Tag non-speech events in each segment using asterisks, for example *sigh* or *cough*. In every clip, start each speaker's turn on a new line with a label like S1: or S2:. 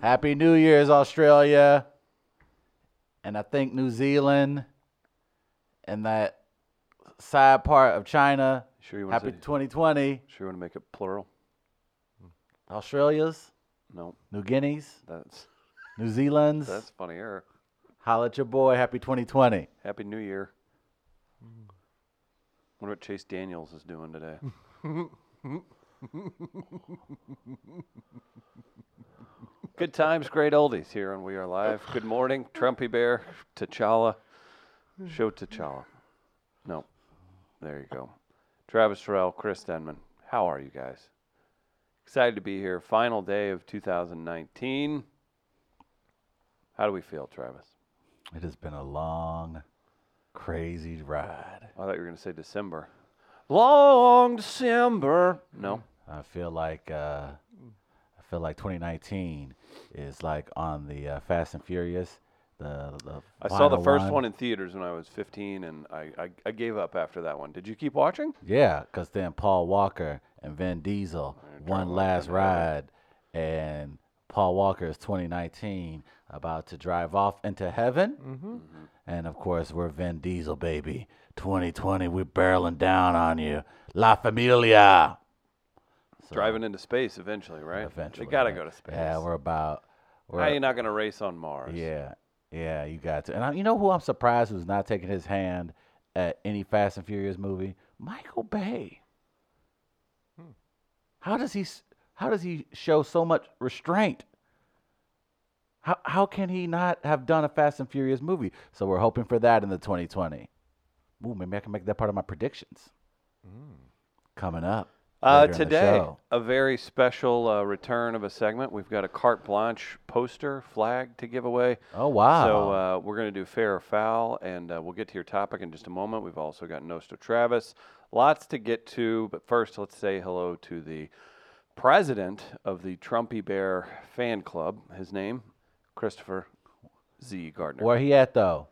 S1: Happy New Year's, Australia. And I think New Zealand and that side part of China.
S2: Sure you want
S1: Happy
S2: to
S1: 2020.
S2: sure you want to make it plural?
S1: Australia's,
S2: No,
S1: New Guineas,
S2: that's
S1: New Zealand's.
S2: that's funnier.
S1: Holla at your boy. Happy 2020.
S2: Happy New Year. Wonder what Chase Daniels is doing today. Good times, great oldies here on We Are Live. Good morning, Trumpy Bear, T'Challa. Show T'Challa. No, there you go. Travis Terrell, Chris Denman. How are you guys? Excited to be here. Final day of 2019. How do we feel, Travis?
S1: It has been a long, crazy ride.
S2: I thought you were going to say December. Long December. No.
S1: I feel like uh, I feel like 2019 is like on the uh, Fast and Furious. The, the
S2: I saw the
S1: final
S2: first one in theaters when I was 15, and I, I, I gave up after that one. Did you keep watching?
S1: Yeah, because then Paul Walker and Vin Diesel, one last ride, and Paul Walker is 2019 about to drive off into heaven.
S2: Mm-hmm.
S1: Mm-hmm. And of course, we're Vin Diesel, baby. 2020, we're barreling down on you. La Familia. So,
S2: Driving into space eventually, right?
S1: uh, Eventually.
S2: They got to
S1: man.
S2: go to space.
S1: Yeah, we're about. We're,
S2: How you not going to race on Mars?
S1: yeah, yeah, you got to. And I, you know who I'm surprised who's not taking his hand at any Fast and Furious movie? Michael Bay.
S2: Hmm.
S1: How does he? s- How does he show so much restraint? How how can he not have done a Fast and Furious movie? So we're hoping for that in the 2020. Ooh, maybe I can make that part of my predictions. Coming up
S2: Hmm. Uh,
S1: later in the
S2: today,
S1: show.
S2: a very special uh, return of a segment. We've got a carte blanche poster flag to give away.
S1: Oh wow!
S2: So uh, we're going to do fair or foul, and uh, we'll get to your topic in just a moment. We've also got Nostra Travis. Lots to get to, but first, let's say hello to the president of the Trumpy Bear fan club. His name, Christopher Z. Gardner.
S1: Where he at though?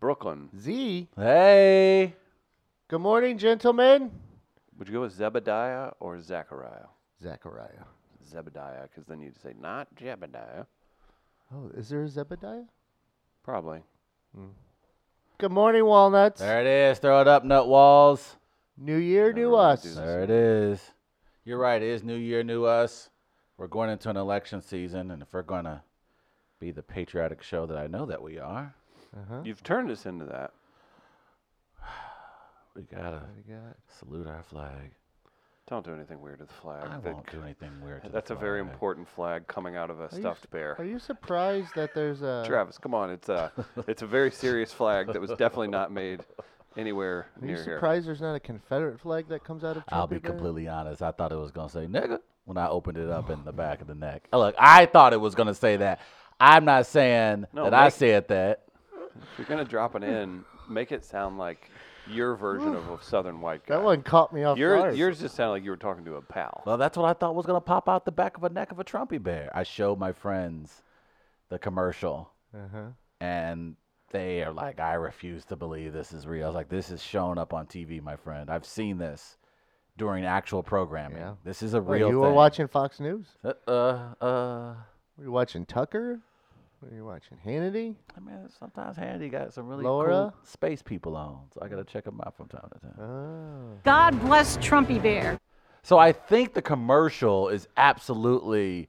S2: Brooklyn.
S3: Z.
S1: Hey.
S3: Good morning, gentlemen.
S2: Would you go with Zebediah or Zachariah?
S3: Zechariah.
S2: Zebediah, because then you'd say not Jebediah.
S3: Oh, is there a Zebediah?
S2: Probably.
S3: Good morning, Walnuts.
S1: There it is. Throw it up, nut walls.
S3: New year,
S2: Never
S3: new
S2: mind,
S3: us.
S2: dude.
S1: There it is. You're right. It is New Year, New Us. We're going into an election season, and if we're going to be the patriotic show that I know that we are,
S3: Uh-huh.
S2: You've turned us into that.
S1: we got to
S3: We got-
S1: salute our flag.
S2: Don't do anything weird to the flag.
S1: I
S2: That
S1: won't
S2: c-
S1: do anything weird. to the
S2: That's a very
S1: flag.
S2: important flag coming out of a
S3: Are you
S2: stuffed
S3: s-
S2: bear.
S3: Are you surprised that there's a
S2: *laughs* Travis, come on. It's a it's a very serious flag that was definitely not made
S1: *laughs*
S2: anywhere
S3: Are
S2: near
S3: you
S2: here.
S3: surprised there's not a Confederate flag that comes out of
S1: I'll be
S3: Trumpy Bear?
S1: completely honest. I thought it was going to say nigga when I opened it up in the back of the neck. Oh, Look, I thought it was going to say that. I'm not saying
S2: No,
S1: that I
S2: make-
S1: said that.
S2: If you're gonna drop an in, make it sound like your version of a southern white guy.
S3: That one caught me off
S2: Your,
S3: guard.
S2: yours just sounded like you were talking to a pal.
S1: Well, that's what I thought was going to pop out the back of a neck of a Trumpy bear. I showed my friends the commercial.
S3: Uh-huh.
S1: and they are like, I refuse to believe this is real. I was like, this is shown up on TV, my friend. I've seen this during actual programming.
S3: Yeah.
S1: This is a
S3: Wait,
S1: real
S3: you
S1: thing.
S3: were watching Fox News?
S1: Uh, uh, uh,
S3: Were you watching Tucker? Were you watching Hannity?
S1: I mean, sometimes Handy got some really
S3: Laura?
S1: cool space people on, so I gotta check them out from time to time.
S3: Oh.
S4: God bless Trumpy Bear.
S1: So I think the commercial is absolutely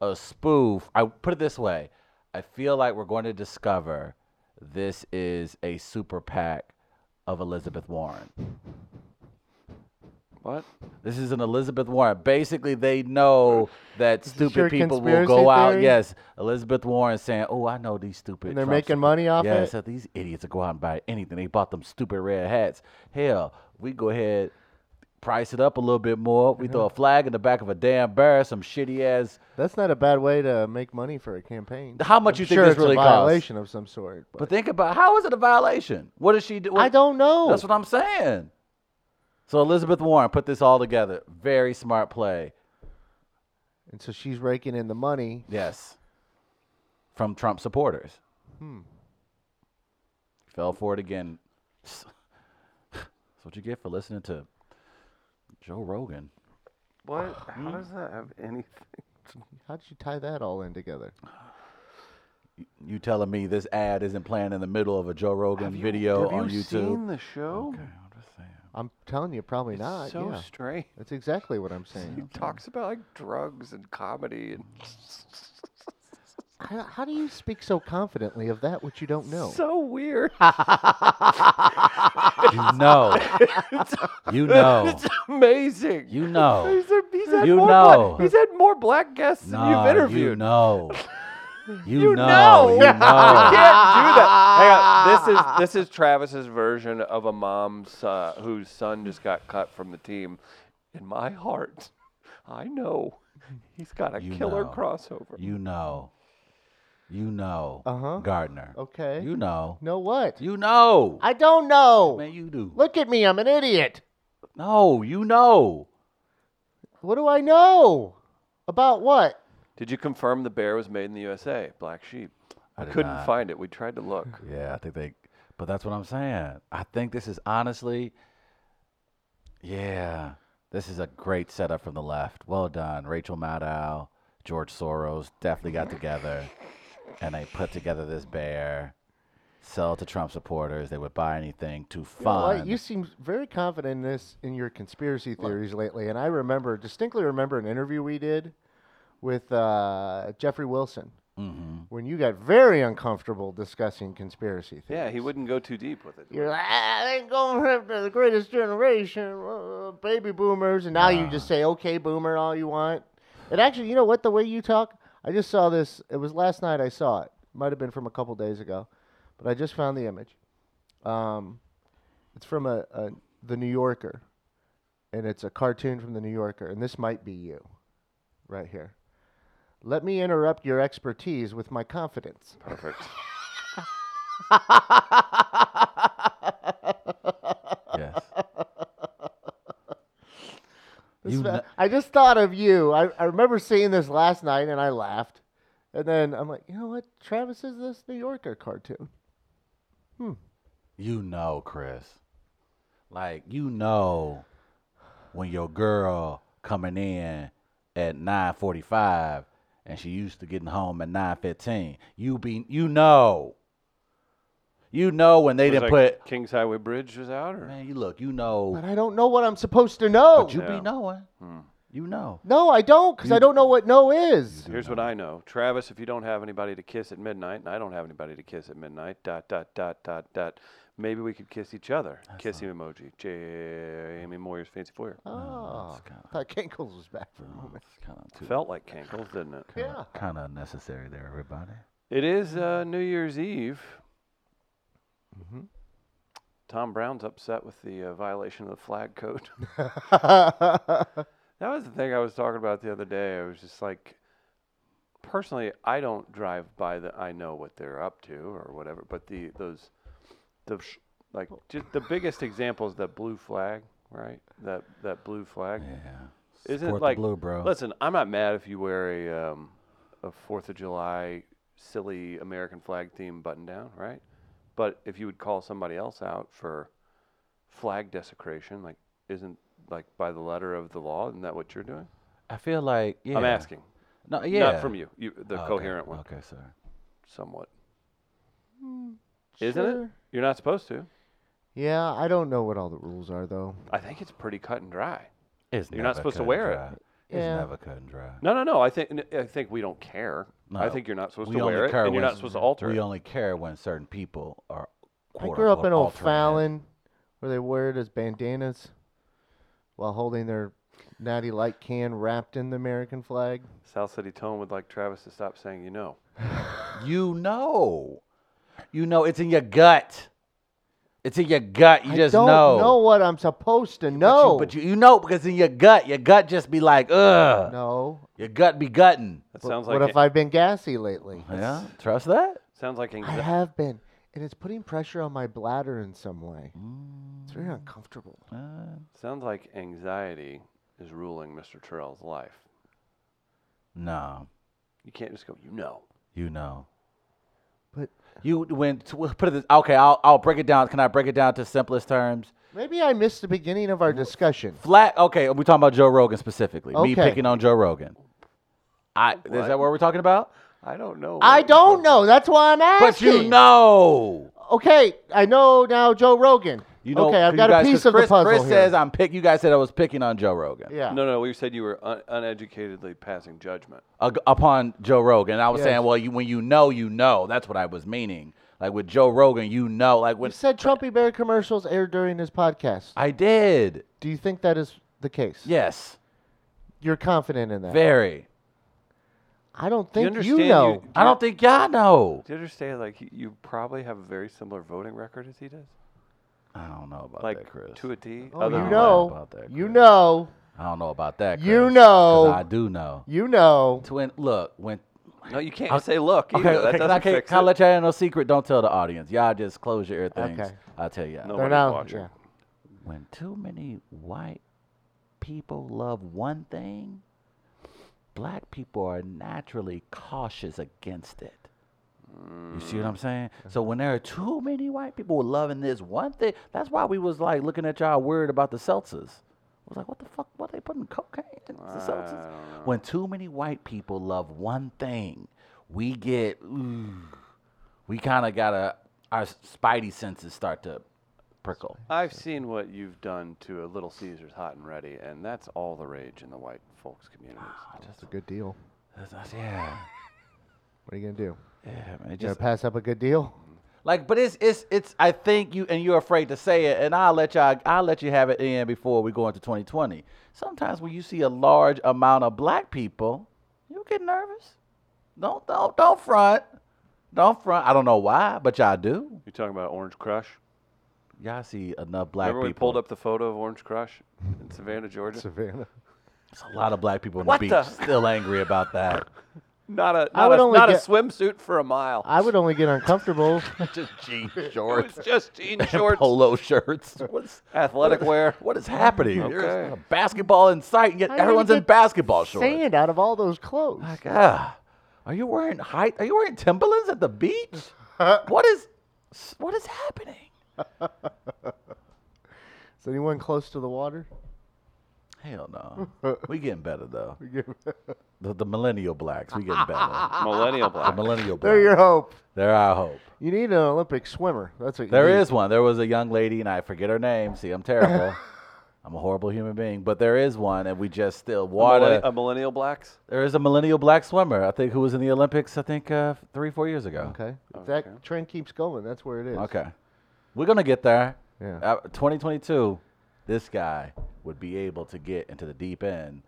S1: a spoof. I put it this way. I feel like we're going to discover this is a super PAC of Elizabeth Warren.
S2: What?
S1: This is an Elizabeth Warren. Basically, they know that
S3: this your
S1: stupid people will
S3: conspiracy
S1: go out.
S3: theory?
S1: Yes, Elizabeth Warren saying, "Oh, I know these stupid."
S3: And they're
S1: Trump
S3: making
S1: suppo-
S3: money off
S1: yeah,
S3: it?
S1: so these idiots will go out and buy anything. They bought them stupid red hats. Hell, we go ahead, price it up a little bit more.
S3: Mm-hmm.
S1: We throw a flag in the back of a damn bear, some shitty ass.
S3: That's not a bad way to make money for a campaign.
S1: How much
S3: I'm
S1: you think
S3: sure
S1: this
S3: it's
S1: really
S3: a
S1: costs?
S3: violation of some sort.
S1: But think about how is it a violation? What does she do?
S3: I don't know.
S1: That's what I'm saying. So Elizabeth Warren put this all together. Very smart play.
S3: and so she's raking in the money.
S1: Yes. From Trump supporters.
S2: Hmm.
S1: Fell for it again. That's what you get for listening to Joe Rogan.
S2: What? How does that have anything
S3: How did you tie that all in together?
S1: You telling me this ad isn't playing in the middle of a Joe Rogan video
S2: Have
S1: on
S2: you
S1: YouTube?
S2: seen the show?
S1: Okay, Uh, I'm just saying.
S3: I'm telling you, probably not.
S2: so
S3: yeah.
S2: strange.
S3: That's exactly what I'm
S2: He
S3: saying.
S2: talks about like drugs and comedy and
S3: how, how do you speak so confidently of that which you don't know?
S2: so weird.
S1: *laughs*
S2: *laughs*
S1: You know. you know.
S2: it's amazing.
S1: You know.
S2: He's, a, he's had
S1: You
S2: more
S1: know.
S2: Black, he's had more black guests than
S1: Nah,
S2: you've interviewed.
S1: You
S2: *laughs*
S1: know. You,
S2: You
S1: know. You
S2: *laughs* You
S1: know.
S2: can't do that. Hang on. This is this is Travis's version of a mom's uh, whose son just got cut from the team. In my heart, I know he's got a
S1: You
S2: killer
S1: know.
S2: crossover.
S1: you know. You know.
S3: Uh-huh.
S1: Gardner.
S3: Okay.
S1: You know.
S3: know what?
S1: You know.
S3: I don't know.
S1: Man, you do.
S3: Look at me. I'm an idiot.
S1: No, you know.
S3: What do I know? About what?
S2: Did you confirm the bear was made in the USA? Black sheep. I,
S1: I did
S2: couldn't
S1: not.
S2: find it. We tried to look.
S1: Yeah, I think they. But that's what I'm saying. I think this is honestly. Yeah, this is a great setup from the left. Well done, Rachel Maddow, George Soros definitely got together, and they put together this bear. Sell to Trump supporters. They would buy anything to
S3: You know what?
S1: fund.
S3: You seem very confident in this in your conspiracy theories lately, and I remember distinctly remember an interview we did with uh, Jeffrey Wilson
S2: Mm-hmm.
S1: Mhm.
S3: when you got very uncomfortable discussing conspiracy theories.
S2: Yeah, he wouldn't go too deep with it.
S3: You're like, ah, they going after the greatest generation, uh, baby boomers, and now you just say, okay, boomer, all you want. And actually, you know what? The way you talk, I just saw this. It was last night I saw it. Might have been from a couple days ago, but I just found the image. Um, it's from a, a the New Yorker, and it's a cartoon from the New Yorker, and this might be you, right here. Let me interrupt your expertise with my confidence.
S2: Perfect.
S1: yes.
S3: This
S1: You
S3: fa-
S1: kn-
S3: I just thought of you. I, I remember seeing this last night and I laughed. And then I'm like, you know what? Travis is this New Yorker cartoon.
S1: You know, Chris. Like you know when your girl coming in at 9:45 and she used to getting home at 9:15. You be you know. You know when they
S2: Was
S1: didn't
S2: like
S1: put
S2: Kings Highway Bridge was out, or
S1: Man, you look, you know.
S3: But I don't know what I'm supposed to know.
S1: But you
S2: Yeah. Hmm.
S1: be knowing. You know.
S3: no, I don't because I don't know what no is.
S2: Here's what I know, Travis. If you don't have anybody to kiss at midnight, and I don't have anybody to kiss at midnight, dot dot dot dot dot. Maybe we could kiss each other. Kissing emoji. Jamie Moyer's fancy foyer.
S3: Oh, I thought Kinkles was back for a moment.
S1: It's kind of too
S2: Felt like Cankles, didn't it?
S3: Yeah.
S1: kind of unnecessary there everybody.
S2: It is uh, New Year's Eve. Tom Brown's upset with the uh, violation of the flag code.
S1: *laughs*
S2: that was the thing I was talking about the other day. I was just like, personally, I don't drive by the. I know what they're up to or whatever, but the those, the sh- like just the biggest example is that blue flag, right? That that blue flag.
S1: Yeah.
S2: Isn't
S1: Support
S2: it
S1: the
S2: like
S1: blue, bro.
S2: Listen, I'm not mad if you wear a um, a Fourth of July silly American flag theme button down, right? But if you would call somebody else out for flag desecration, like isn't like by the letter of the law, isn't that what you're doing?
S1: I feel like yeah.
S2: I'm asking,
S1: No, yeah.
S2: not from you. You the
S1: Okay,
S2: coherent one,
S1: Okay, sir.
S2: somewhat, isn't it?
S3: Sure.
S2: You're not supposed to.
S3: Yeah, I don't know what all the rules are though.
S2: I think it's pretty cut and dry.
S1: It's
S2: You're not
S1: never
S2: supposed to
S1: cut and
S2: wear it.
S1: dry.
S3: Yeah.
S1: It's never cut and dry.
S2: No, no, no. I think I think we don't care. I
S1: No.
S2: think you're not supposed
S1: We
S2: to
S1: only
S2: wear it,
S1: care
S2: and you're
S1: when-
S2: not supposed to alter
S1: we
S2: it.
S1: only care when certain people are.
S3: I
S1: quote,
S3: grew up
S1: unquote,
S3: in
S1: altering it.
S3: O'Fallon where they wear it as bandanas while holding their natty light can wrapped in the American flag.
S2: South City Tone would like Travis to stop saying you know.
S1: You know, you know, it's in your gut. It's in your gut. You
S3: I
S1: just
S3: don't
S1: know.
S3: what I'm supposed to
S1: But
S3: know.
S1: you, but you, you know because in your gut, your gut just be like, ugh.
S3: no.
S1: Your gut be gutting.
S2: That sounds like
S3: what if I've been gassy lately?
S1: Yeah, trust that.
S2: sounds like
S3: I
S2: anxiety.
S3: have been, and it's putting pressure on my bladder in some way.
S1: Mm.
S3: It's very uncomfortable.
S2: sounds like anxiety is ruling Mr. Terrell's life.
S1: No,
S2: You can't just go you know.
S1: you know.
S3: But
S1: You when put it this, okay. I'll I'll break it down. Can I break it down to simplest terms?
S3: maybe I missed the beginning of our discussion.
S1: Flat. Okay, we're talking about Joe Rogan specifically. Me
S3: Okay.
S1: picking on Joe Rogan. I is that what we're talking about?
S2: I don't know.
S3: I
S2: what-
S3: don't know. That's why I'm
S1: But
S3: asking.
S1: you know.
S3: Okay, I know now Joe Rogan.
S1: You know,
S3: okay, I've
S1: you
S3: got
S1: guys-
S3: a
S1: 'cause
S3: piece of
S1: Chris,
S3: the puzzle
S1: Chris
S3: here.
S1: says I'm pick. You guys said I was picking on Joe Rogan
S3: yeah.
S2: No, no. We said you were un- uneducatedly passing judgment.
S1: ag- upon Joe Rogan. I was
S3: Yes.
S1: saying, well, you when you know, you know. That's what I was meaning. Like with Joe Rogan, you know. Like
S3: You
S1: when
S3: said Trumpy Bear commercials aired during his podcast.
S1: I did.
S3: Do you think that is the case?
S1: Yes,
S3: You're confident in that.
S1: very.
S3: I don't
S2: you
S3: think you,
S2: understand
S3: know.
S2: you-
S1: I don't think y'all know.
S2: Do you understand? Like you, you probably have a very similar voting record as he does.
S1: I don't know about
S2: Like
S1: that, Chris.
S2: to a T.
S3: oh,
S1: don't
S3: you
S1: know
S3: know.
S1: about that,
S3: You
S1: Chris.
S3: know.
S1: I don't know about that. Chris,
S3: You
S1: 'cause
S3: know.
S1: I do know.
S3: You know.
S1: Twin, look when.
S2: No, you can't say look. Either.
S1: Okay,
S2: that
S1: okay, 'cause
S2: doesn't
S1: I can't,
S2: fix
S1: can I
S2: it.
S1: let y'all in no secret. Don't tell the audience. Y'all just close your ear things.
S3: Okay.
S1: I'll tell y'all.
S2: No.
S3: They're
S2: Nobody's
S3: not.
S2: watching.
S3: Yeah.
S1: When too many white people love one thing, black people are naturally cautious against it. You see what I'm saying? So when there are too many white people loving this one thing, that's why we was like looking at y'all weird about the seltzers. I was like, what the fuck? What they putting cocaine in the seltzers? When too many white people love one thing, we get, ooh, we kind of gotta our spidey senses start to prickle.
S2: I've seen what you've done to a Little Caesars hot and ready, and that's all the rage in the white folks communities.
S3: That's a good deal.
S1: That's- that's- yeah,
S3: What are you gonna do?
S1: yeah, man. it
S3: You gonna
S1: Just
S3: pass up a good deal? *laughs*
S1: like, but it's it's it's. I think you and you're afraid to say it, and I'll let y'all. I'll let you have it in before we go into 2020. Sometimes when you see a large amount of black people, you get nervous. Don't don't don't front. Don't front. I don't know why, but y'all do.
S2: You're talking about Orange Crush.
S1: Y'all see enough black
S2: Remember we
S1: people.
S2: pulled up the photo of Orange Crush in Savannah, Georgia.
S3: Savannah.
S1: There's a lot of black people on
S2: What
S1: the beach.
S2: the-
S1: Still angry about
S2: *laughs*
S1: that.
S2: Not a
S3: I
S2: not,
S3: would
S2: a,
S3: only
S2: not a
S3: get-
S2: swimsuit for a mile.
S3: I would only get *laughs* uncomfortable.
S1: *laughs* just jean
S2: It's
S1: shorts,
S2: just *laughs* jean
S1: and *laughs*
S2: shorts,
S1: polo shirts. What's
S2: athletic wear.
S1: what is happening? There's
S2: Okay.
S1: not a basketball in sight, and yet
S3: How you gonna
S1: everyone's in
S3: get
S1: basketball shorts.
S3: Sand out of all those clothes.
S1: Like, ah, are you wearing height? Are you wearing Timberlands at the beach?
S2: *laughs*
S1: what is what is happening?
S3: Is anyone close to the *laughs* water?
S1: Hell no. we getting better though. the, the millennial blacks, we getting better.
S2: *laughs* *laughs* Millennial
S1: the
S2: black.
S1: millennial blacks.
S3: They're your hope.
S1: They're our hope.
S3: You need an Olympic swimmer. That's what
S1: There
S3: you
S1: is one. There was a young lady, and I forget her name. See, I'm terrible. I'm a horrible human being, but there is one, and we just still water.
S2: Millenni- a millennial blacks.
S1: There is a millennial black swimmer, I think, who was in the Olympics, I think, uh, three, four years ago.
S3: Okay. If that trend keeps going, that's where it is.
S1: Okay. We're going to get there.
S3: Yeah.
S1: Uh, 2022, this guy would be able to get into the deep end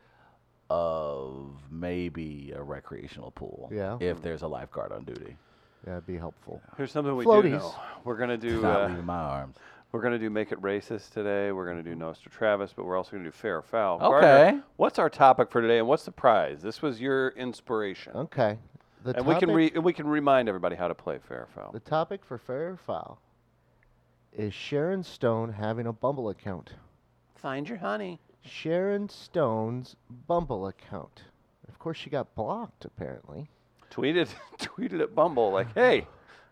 S1: of maybe a recreational pool
S3: Yeah.
S1: if there's a lifeguard on duty.
S3: That'd be helpful.
S2: Here's something we do
S3: Floaties.
S2: know. We're gonna
S1: It's
S2: do
S1: not
S2: uh,
S1: leaving my arms.
S2: we're gonna do make it racist today. We're gonna do Nostra Travis, but we're also gonna do fair or foul.
S1: Okay.
S2: what's our topic for today, and what's the prize? This was your inspiration,
S3: Okay. The
S2: and
S3: topic,
S2: we can re- and we can remind everybody how to play fair or foul.
S3: the topic for Fair or Foul is Sharon Stone having a Bumble account.
S2: Find your honey.
S3: Sharon Stone's Bumble account. Of course, she got blocked, apparently.
S2: Tweeted *laughs* tweeted at Bumble like, hey,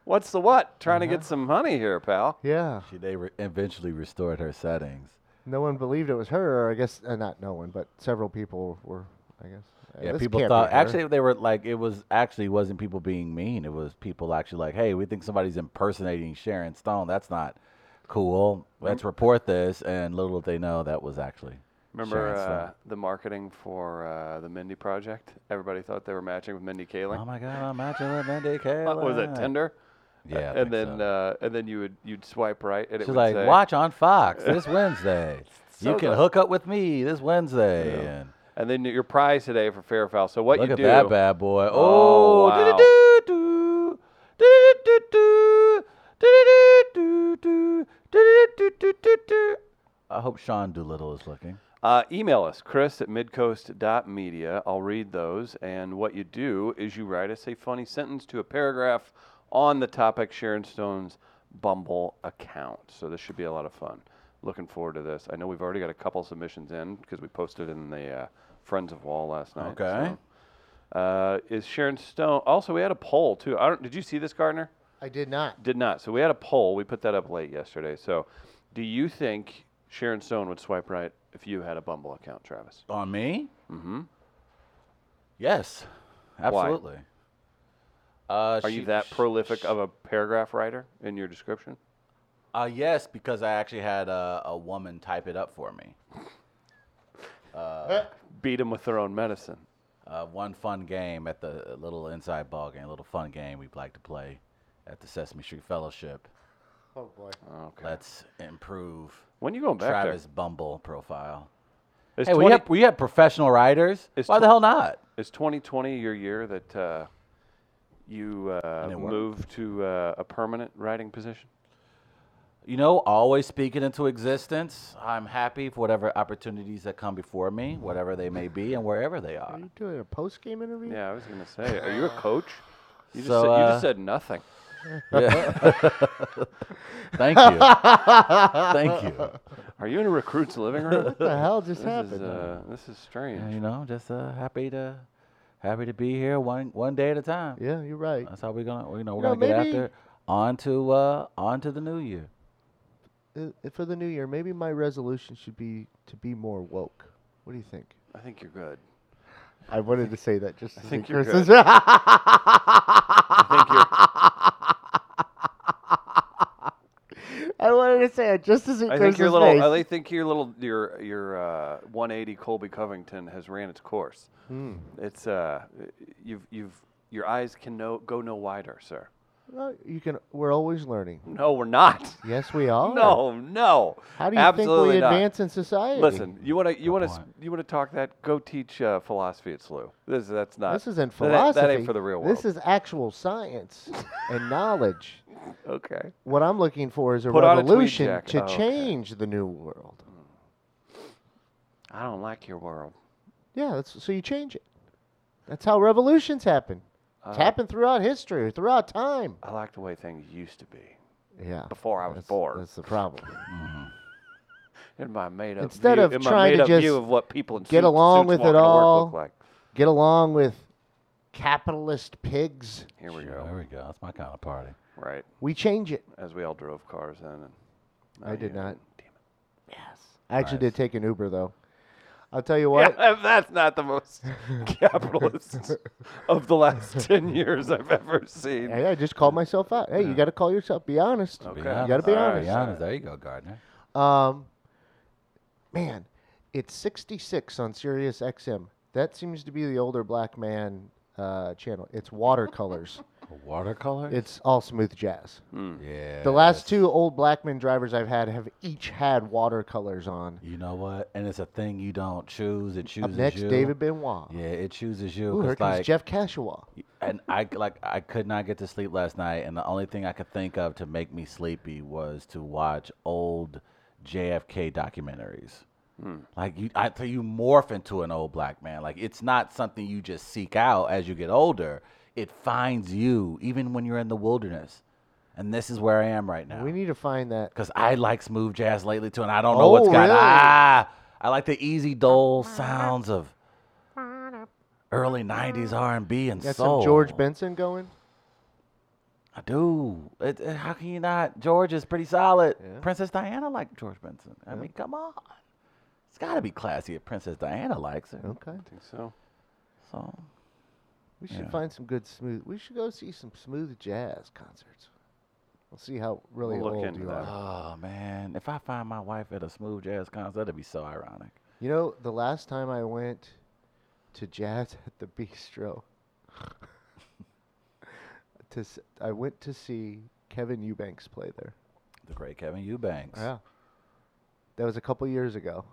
S2: what's the what? Trying to
S1: Uh-huh.
S2: get some honey here, pal.
S3: Yeah.
S1: She, they re- eventually restored her settings.
S3: No one believed it was her, or I guess, uh, not no one, but several people were, I guess. "Hey,
S1: Yeah,
S3: this
S1: people
S3: can't be
S1: thought
S3: her."
S1: actually they were like it was actually wasn't people being mean. It was people actually like, hey, we think somebody's impersonating Sharon Stone. That's not cool. Let's report this. And little did they know that was actually
S2: Remember
S1: Sharon Stone.
S2: uh, the marketing for uh, the Mindy Project? Everybody thought they were matching with Mindy Kaling. Uh,
S1: Oh my God! I'm matching with Mindy
S2: *laughs* What was
S1: Kaling.
S2: it Tinder?
S1: Yeah, I
S2: and
S1: think
S2: then
S1: so.
S2: uh, and then you would you'd swipe right, and it
S1: she's
S2: would
S1: like,
S2: say,
S1: "Watch on
S2: *laughs*
S1: Fox this Wednesday.
S2: So
S1: you can
S2: good.
S1: hook up with me this Wednesday." And
S2: And then your prize today for fair or foul. So what
S1: look
S2: you
S1: at
S2: do?
S1: that bad boy. Oh,
S2: Oh, wow.
S1: do-do-do-do, do-do-do-do, do-do-do-do, do-do-do-do-do-do. I hope Sean Doolittle is looking.
S2: Uh, email us, chris at midcoast.media. I'll read those. And what you do is you write us a funny sentence to a paragraph on the topic Sharon Stone's Bumble account. So this should be a lot of fun. Looking forward to this. I know we've already got a couple submissions in because we posted in the uh, Friends of Wall last night.
S1: Okay.
S2: so. Uh, is Sharon Stone. Also, we had a poll, too. I don't, did you see this, Gardner?
S3: I did not.
S2: Did not. So we had a poll. We put that up late yesterday. So, do you think Sharon Stone would swipe right if you had a Bumble account, Travis?
S1: On me? Mm-hmm. Yes. absolutely. Uh,
S2: Are you that prolific of a paragraph writer in your description?
S1: Uh, yes, because I actually had a, a woman type it up for me.
S2: Beat them with their own medicine.
S1: Uh, one fun game at the little inside ball game, a little fun game we like to play at the Sesame Street Fellowship.
S3: Oh boy.
S2: Okay.
S1: Let's improve
S2: when you going back
S1: Travis Bumble profile.
S2: there? Is,
S1: hey,
S2: 20,
S1: we have we have professional writers.
S2: It's
S1: Why the
S2: tw-
S1: hell not?
S2: is 2020 your year that uh, you uh,
S1: it worked.
S2: move to uh, a permanent writing position?
S1: You know, always speak it into existence. I'm happy for whatever opportunities that come before me, whatever they may be, and wherever they
S3: Are
S1: are.
S3: you doing a post game interview?
S2: Yeah, I was gonna say, are you a coach? You just,
S1: So,
S2: said, you
S1: uh,
S2: just said nothing.
S1: Yeah. *laughs* Thank you. Thank you.
S2: Are you in a recruit's
S1: *laughs*
S2: living room?
S3: What the hell just
S2: this
S3: happened?
S2: is uh, this is
S1: Yeah,
S2: strange.
S1: You know, just uh, happy to happy to be here one one day at a time.
S3: yeah, you're right.
S1: That's how we're gonna you know we're
S3: know,
S1: gonna get
S3: maybe-
S1: after on to uh on to the new year.
S3: Uh, for the new year, maybe my resolution should be to be more woke. What do you think?
S2: I think you're good.
S3: I wanted to say that just. I
S2: think you're
S3: *laughs* I wanted to say it just as it
S2: I think your little, I li- think your little, your your uh, 180 Colby Covington has ran its course.
S3: Hmm.
S2: It's uh, you've you've your eyes can no go no wider, sir.
S3: you can. We're always learning.
S2: No, we're not. *laughs*
S3: Yes, we are.
S2: No, no.
S3: Oh. How do you
S2: Absolutely
S3: think we
S2: not.
S3: advance in society?
S2: Listen, you want to you want to
S1: point.
S2: you want to talk that? Go teach uh, philosophy at SLU. This that's not.
S3: This isn't
S2: uh, that ain't-
S3: philosophy.
S2: That, ain't for the real world.
S3: This is actual science and knowledge.
S2: okay.
S3: What I'm looking for is a
S2: Put on a tweed
S3: revolution
S2: jacket.
S3: to
S2: Oh, okay.
S3: change the new world.
S2: I don't like your world.
S3: Yeah, that's, so you change it. That's how revolutions happen. It's
S2: Uh,
S3: happened throughout history, throughout time.
S2: I like the way things used to be
S3: Yeah.
S2: before I was
S3: That's,
S2: born.
S3: that's the problem.
S2: in my made up
S3: Instead
S2: view,
S3: of
S2: in
S3: trying
S2: my made
S3: to
S2: up view
S3: just
S2: of what people in
S3: get
S2: suits- suits
S3: along with
S2: walking
S3: it
S2: to work
S3: all.
S2: look like.
S3: Get along with capitalist pigs.
S2: Here we
S1: Sure, There
S2: go.
S1: we go. That's my kind of party.
S2: Right,
S3: We change it.
S2: as we all drove cars then. And
S3: I
S2: Oh,
S3: did
S2: yeah.
S3: not.
S2: Damn it.
S3: I actually did take an Uber though. I'll tell you
S2: Yeah, *laughs*
S3: what.
S2: if that's not the
S3: *laughs*
S2: most capitalist of the last ten years I've ever seen.
S3: Hey, I just called myself out. Hey, you got to call yourself. Be honest.
S2: Okay.
S3: You
S1: Be
S3: got to be
S2: All right.
S3: honest.
S1: Be honest. There you go, Gardner.
S3: Um, man, it's 66 on Sirius XM. That seems to be the older black man uh, channel. It's watercolors.
S1: Watercolor. Hmm.
S3: it's all smooth jazz.
S1: yeah.
S3: The last two old black men drivers I've had have each had watercolors on.
S1: You know what? And it's a thing you don't choose. It
S3: Up
S1: chooses
S3: next,
S1: you.
S3: David Benoit.
S1: Yeah, it chooses you.
S3: Ooh, here
S1: 'cause,
S3: comes
S1: like,
S3: Jeff Cashawa.
S1: and I like I could not get to sleep last night, and the only thing I could think of to make me sleepy was to watch old JFK documentaries. Like you, I tell you, morph into an old black man. Like it's not something you just seek out as you get older. It finds you even when you're in the wilderness, and this is where I am right now.
S3: We need to find that.
S1: Because I like smooth jazz lately too, and I don't know what's
S3: Oh,
S1: got
S3: really?
S1: ah. I like the easy, dull sounds of early '90s R&B and
S3: Got
S1: soul.
S3: some George Benson going.
S1: I do. It, it- how can you not? George is pretty solid.
S3: Yeah.
S1: Princess Diana liked George Benson. I mean, come on. It's got to be classy if Princess Diana likes her.
S3: Okay.
S2: I think so.
S1: So
S3: We should find some good smooth. We should go see some smooth jazz concerts. We'll see how really
S2: We'll look
S3: old
S2: into
S3: you
S2: that.
S3: are.
S1: Oh man, if I find my wife at a smooth jazz concert, that'd be so ironic.
S3: You know, the last time I went to jazz at the bistro, *laughs* to s- I went to see Kevin Eubanks play there.
S1: The great Kevin Eubanks.
S3: that was a couple years ago.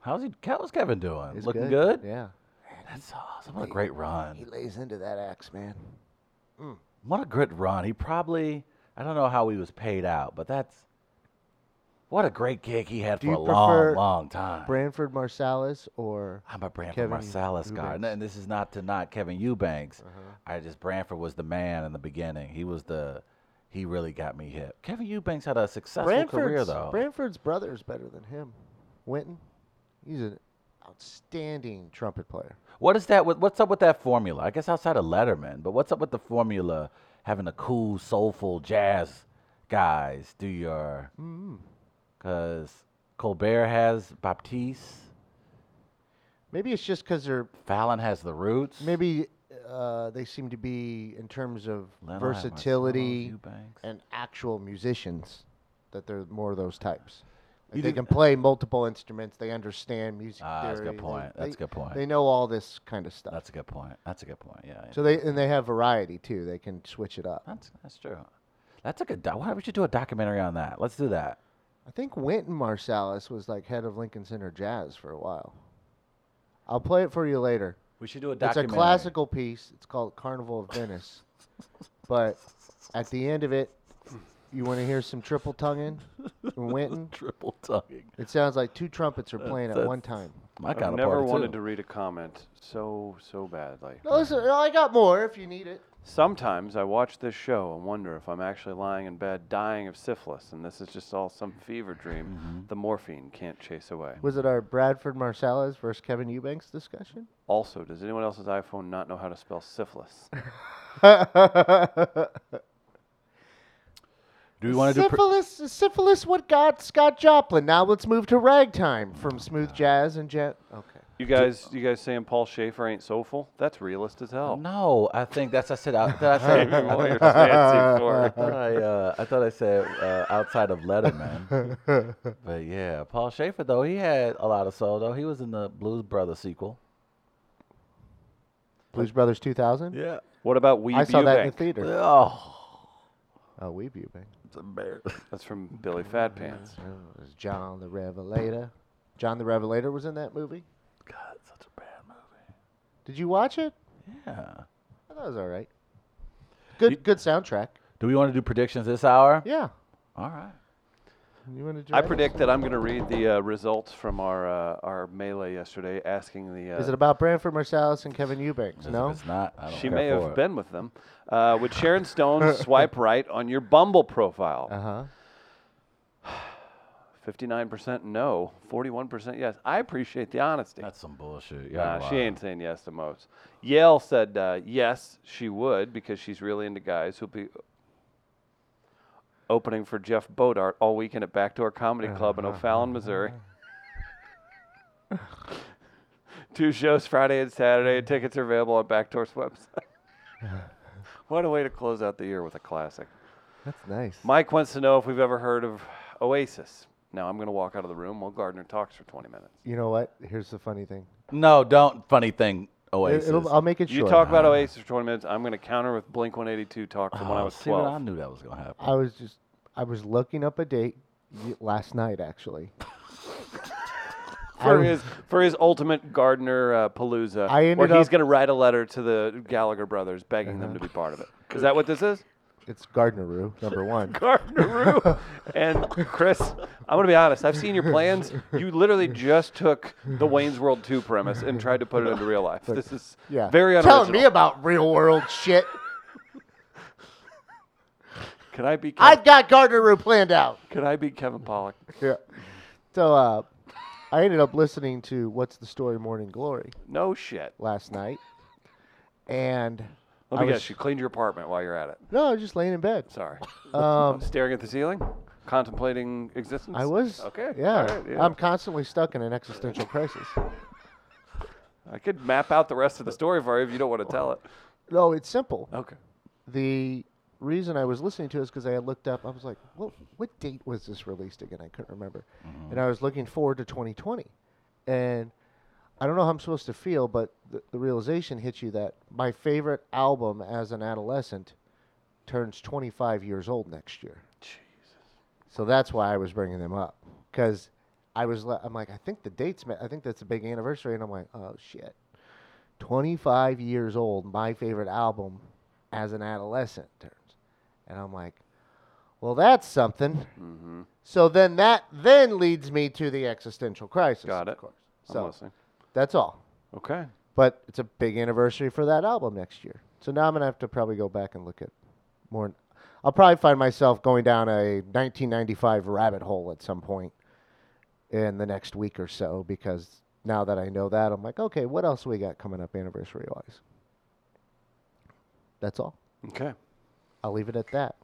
S1: How's he? How's Kevin doing?
S3: It's
S1: Looking good.
S3: Yeah,
S1: That's awesome. What a great run.
S3: he lays into that axe, man.
S1: What a good run. He probably, I don't know how he was paid out, but that's, what a great gig he had
S3: Do
S1: for a
S3: you
S1: long,
S3: prefer
S1: long time.
S3: Branford Marsalis or
S1: I'm a Branford
S3: Kevin
S1: Marsalis guy. And
S3: Eubanks? Uh-huh.
S1: and this is not to knock Kevin Eubanks. I just, Branford was the man in the beginning. He was the, he really got me hip. Kevin Eubanks had a successful career,
S3: Branford's,
S1: though.
S3: Branford's brother is better than him. Winton, he's an outstanding trumpet player.
S1: What is that? What, what's up with that formula? I guess outside of Letterman, but what's up with the formula having the cool, soulful jazz guys do your?
S3: Mm-hmm.
S1: Because Colbert has Baptiste,
S3: Maybe it's just because they're
S1: Fallon has the Roots.
S3: maybe uh, uh, they seem to be in terms of
S1: Lynn Hyman, Solo,
S3: versatility
S1: Eubanks.
S3: and actual musicians. That they're more of those types. Like
S1: You
S3: they
S1: did-
S3: can play multiple instruments. They understand music
S1: Ah,
S3: theory.
S1: that's a good
S3: they-
S1: point.
S3: They,
S1: That's a good point.
S3: They know all this kind of stuff.
S1: That's a good point. That's a good point. Yeah. yeah.
S3: so they and they have variety too. They can switch it up.
S1: that's that's true. That's a good. Do- why would you do a documentary on that? Let's do that.
S3: I think Wynton Marsalis was like head of Lincoln Center Jazz for a while. I'll play it for you later.
S1: We should do a
S3: It's a
S1: documentary.
S3: classical piece. It's called Carnival of Venice. but at the end of it, you want to hear some triple tonguing
S1: *laughs*
S3: from Winton?
S1: *laughs* triple tugging.
S3: It sounds like two trumpets are playing at
S1: That's-
S3: one time.
S1: My kind
S2: I've
S1: of
S2: never
S1: party,
S2: wanted
S1: too.
S2: to read a comment so so badly.
S3: No, listen, I got more if you need it.
S2: Sometimes I watch this show and wonder if I'm actually lying in bed dying of syphilis, and this is just all some fever dream
S3: Mm-hmm.
S2: the morphine can't chase away.
S3: Was it our Bradford Marsalis versus Kevin
S1: *laughs*
S3: Eubanks discussion?
S2: Also, does anyone else's iPhone not know how to spell syphilis?
S1: Do we want to do? pr-
S3: syphilis, syphilis, what got Scott Joplin? Now let's move to ragtime from smooth jazz and jet. Okay.
S2: You guys, you guys saying Paul Schaefer ain't soulful? That's realist as
S1: Oh.
S2: hell.
S1: no, I think that's. I
S3: *laughs*
S1: said. Out, did I say?
S2: Even more your
S1: *laughs*
S2: fancy
S1: I
S2: for it.
S1: thought I, uh, I thought I said uh, outside of Letterman,
S3: *laughs*
S1: but yeah, Paul Schaefer though he had a lot of soul though he was in the Blues Brothers sequel.
S3: Blues Brothers 2000?
S1: Yeah.
S2: What about Wee
S3: I saw that in the
S2: Bubank?
S3: theater.
S1: Oh,
S3: Oh, we Eubank.
S1: it's *laughs* embarrassing.
S2: That's from Billy Fat Pants.
S3: Oh, it was John the Revelator. John the Revelator was in that movie.
S1: God, such a bad movie.
S3: Did you watch it?
S1: Yeah.
S3: I thought it was all right. Good, good soundtrack.
S1: Do we want to do predictions this hour?
S3: Yeah.
S1: All right.
S3: You want to?
S2: I predict that I'm going to read the uh, results from our uh, our melee yesterday, asking the. Uh,
S3: Is it about Branford Marsalis and Kevin Eubanks?
S1: Because
S3: No.
S1: If it's not. I don't
S2: She
S1: care
S2: may
S1: Oh, for
S2: have
S1: it.
S2: been with them. Uh, would Sharon
S3: *laughs*
S2: Stone swipe right on your Bumble profile?
S3: Uh huh.
S2: 59% no, 41% yes. I appreciate the honesty.
S1: That's some bullshit. Yeah.
S2: Nah, Uh, she ain't saying yes to most. Yale said uh, yes, she would because she's really into guys who'll be opening for Jeff Bodart all weekend at Backdoor Comedy Club in O'Fallon, Missouri. *laughs* Two shows Friday and Saturday. Tickets are available on Backdoor's website. *laughs* what a way to close out the year with a classic.
S3: That's nice.
S2: Mike wants to know if we've ever heard of Oasis. Now I'm going to walk out of the room while Gardner talks for 20 minutes.
S3: you know what? Here's the funny thing.
S1: No, don't. Funny thing.
S3: It,
S1: Oasis.
S3: will I'll make it
S2: You
S3: short.
S2: talk about Oasis for 20 minutes. I'm going to counter with Blink 182 talk from when I
S1: Oh,
S2: was
S1: see what
S2: 12.
S1: I knew that was gonna happen.
S3: I was just, I was looking up a date y- last night actually.
S2: for
S3: I-
S2: his for his ultimate Gardner uh, palooza,
S3: I
S2: where
S3: ended
S2: he's
S3: up-
S2: going to write a letter to the Gallagher brothers, begging them to be part of it. Is that what this is?
S3: *laughs* It's Gardner Roo
S2: *laughs*
S3: number one.
S2: Gardneroo and Chris. I'm going to be honest. I've seen your plans. You literally just took the Wayne's World 2 premise and tried to put it into real life. This is
S3: Yeah.
S2: very unoriginal.
S3: Telling me about real world
S2: *laughs*
S3: shit.
S2: Can I be Kev-
S3: I've got Gardner Roo planned out.
S2: Could I be Kevin Pollock?
S3: Yeah. So uh, I ended up listening to What's the Story Morning Glory
S2: No shit.
S3: last night. And
S2: Let
S3: I
S2: me
S3: was-
S2: guess. You cleaned your apartment while you're at it.
S3: no, I was just laying in bed.
S2: Sorry.
S3: *laughs*
S2: *laughs*
S3: Um,
S2: Staring at the ceiling, contemplating existence.
S3: I was.
S2: Okay.
S3: Yeah,
S2: all right, yeah.
S3: I'm constantly stuck in an existential crisis.
S2: I could map out the rest of the story for you if you don't want to tell it.
S3: No, it's simple.
S2: Okay.
S3: The reason I was listening to it is because I had looked up. I was like, "What? What date was this released again?" I couldn't remember. And I was looking forward to 2020, and I don't know how I'm supposed to feel, but the, the realization hits you that my favorite album as an adolescent turns 25 years old next year.
S2: Jesus.
S3: So that's why I was bringing them up because I was le- I'm like I think the dates ma- I think that's a big anniversary and I'm like oh shit, 25 years old my favorite album as an adolescent turns, and I'm like, well that's something.
S2: Mm-hmm.
S3: So then that then leads me to the existential crisis.
S2: Got
S3: Of
S2: it.
S3: course.
S2: I'm
S3: So
S2: listening.
S3: that's all.
S2: Okay.
S3: But it's a big anniversary for that album next year. So now I'm gonna have to probably go back and look at more. I'll probably find myself going down a 1995 rabbit hole at some point in the next week or so because now that I know that, I'm like, okay, what else we got coming up anniversary wise? That's all.
S2: Okay.
S3: I'll leave it at that.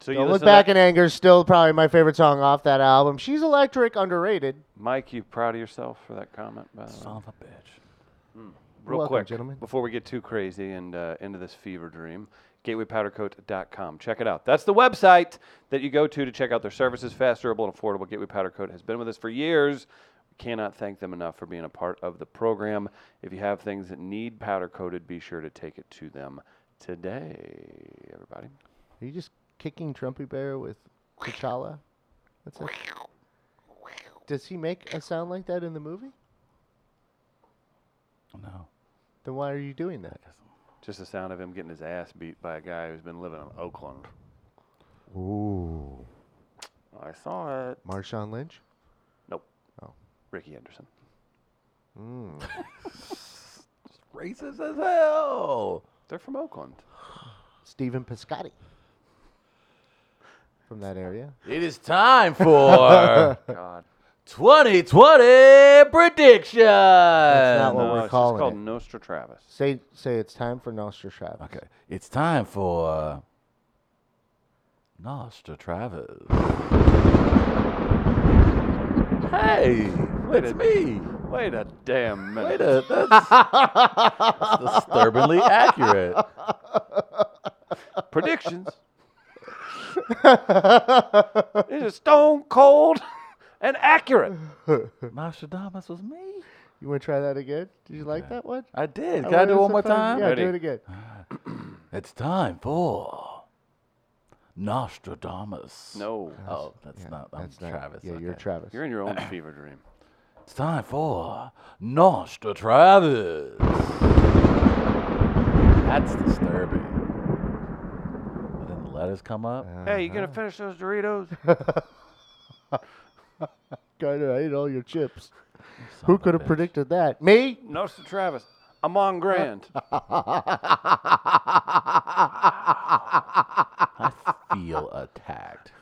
S2: So you
S3: Don't look
S2: listen to
S3: back
S2: that-
S3: in anger. is Still, probably my favorite song off that album. She's electric, underrated.
S2: Mike, you proud of yourself for that comment? By the way?
S1: Son of a bitch.
S2: real
S3: welcome,
S2: quick,
S3: gentlemen.
S2: before we get too crazy and uh, into this fever dream, gatewaypowdercoat.com. Check it out. That's the website that you go to to check out their services. Fast, durable, and affordable. Gateway Powder Coat has been with us for years. Cannot thank them enough for being a part of the program. If you have things that need powder coated, be sure to take it to them today, everybody.
S3: Are you just kicking Trumpy Bear with T'Challa? That's it. Does he make a sound like that in the movie?
S1: No.
S3: Then why are you doing that?
S2: Just the sound of him getting his ass beat by a guy who's been living in Oakland.
S3: Ooh.
S2: I saw it.
S3: Marshawn Lynch?
S2: Nope.
S3: Oh.
S2: Ricky Anderson.
S3: Mm.
S1: Racist as hell.
S2: They're from Oakland.
S3: Stephen Piscotty. From that area.
S1: It is time *laughs* for
S2: God.
S1: 2020 prediction.
S3: not what
S2: No,
S3: we're
S2: it's just
S3: calling
S2: called
S3: it.
S2: Nostra Travis.
S3: Say say it's time for Nostratravis.
S1: Okay, it's time for Nostra Travis. Hey, it's me.
S2: Wait a damn
S1: Wait
S2: minute.
S1: a, that's, that's *laughs* disturbingly accurate. *laughs*
S2: Predictions. it is stone cold *laughs* and accurate.
S1: Nostradamus was me.
S3: You want to try that again? Did you like that one?
S1: I did.
S3: I
S1: Can I, do
S3: wanted
S1: it one
S3: to
S1: more
S3: find-
S1: time?
S3: Yeah,
S2: Ready.
S3: do it again.
S1: It's time for Nostradamus.
S2: No.
S1: Oh, that's
S3: Yeah,
S1: not. I'm
S3: that's not-
S1: Travis.
S3: Yeah, you're
S1: okay.
S3: Travis.
S2: You're
S1: *laughs*
S2: in your own fever dream.
S1: It's time for Nostra Travis. That's disturbing. And then the letters come up.
S2: Hey, you gonna finish those Doritos? *laughs*
S3: God, I ate all your chips.
S1: Son
S3: Who
S1: of a
S3: could have
S1: bitch.
S3: predicted that? Me?
S2: Nostra Travis. I'm
S1: *laughs*
S2: on grand.
S1: I feel attacked.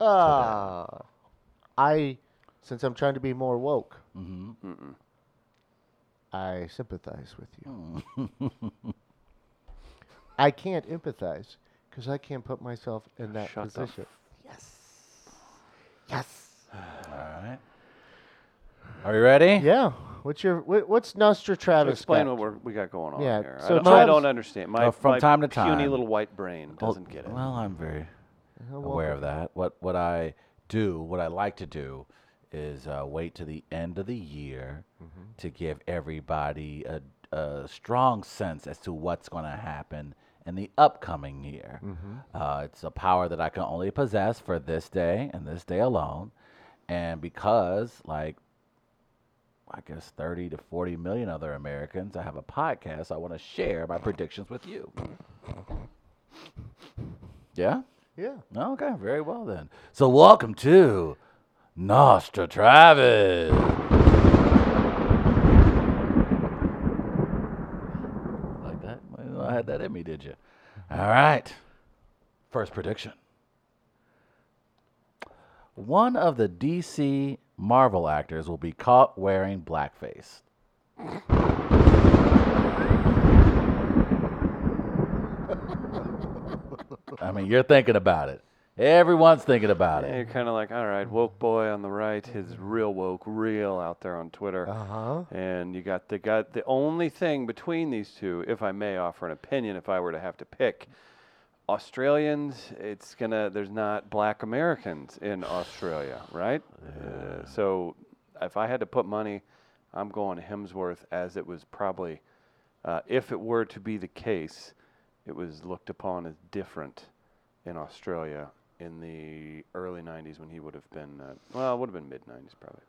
S3: Ah. I, since I'm trying to be more woke,
S1: hmm
S2: Mm-hmm.
S3: I sympathize with you.
S2: Mm.
S3: I can't empathize because I can't put myself in that
S2: Shut the
S3: position. yes.
S2: *sighs*
S1: All right. Are you ready?
S3: Yes. Yeah. What's your what, what's Nostra Travis?
S2: Explain
S3: got?
S2: what we're, we got going on
S3: Yeah,
S2: here. I,
S3: so
S2: don't, I
S3: Travis-
S2: don't understand. My,
S1: Uh, from
S2: my
S1: time to
S2: puny
S1: time.
S2: little white brain
S1: Well-
S2: doesn't get it.
S1: Well, I'm very
S3: You're
S1: aware of that. What what I do, what I like to do, is uh, wait to the end of the year to give everybody a, a strong sense as to what's going to happen in the upcoming year. Uh, it's a power that I can only possess for this day and this day alone, and because like. I guess 30 to 40 million other Americans. I have a podcast. I want to share my predictions with you. Yeah?
S3: Yeah.
S1: Okay, very well then. So welcome to Nostra Travis. like that? Well, I had that in me, did you? All right. First prediction. One of the DC Marvel actors will be caught wearing blackface. I mean, you're thinking about it. Everyone's thinking about
S2: Yeah,
S1: it.
S2: you're kind of like, all right, woke boy on the right, his real woke, real out there on Twitter.
S1: Oh,
S3: Uh huh.
S2: And you got the got the only thing between these two, if I may offer an opinion, if I were to have to pick, Australians, it's gonna there's not black Americans in Australia, right? Uh, so if I had to put money, I'm going Hemsworth, as it was probably, uh, if it were to be the case, it was looked upon as different in Australia in the early '90s when he would have been, uh, well, it would have been mid '90s probably.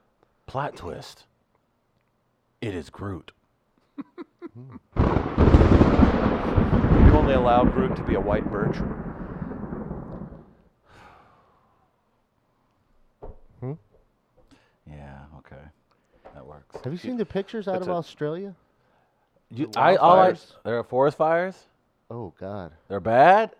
S1: Plot twist. It is Groot.
S2: You only allow Groot to be a white birch.
S1: Yeah, okay. That works.
S3: Have you seen the pictures out
S2: That's
S3: of
S2: a-
S3: Australia?
S1: You, I, all I,
S2: wildfires.
S1: there are forest fires.
S3: Oh God.
S1: They're bad.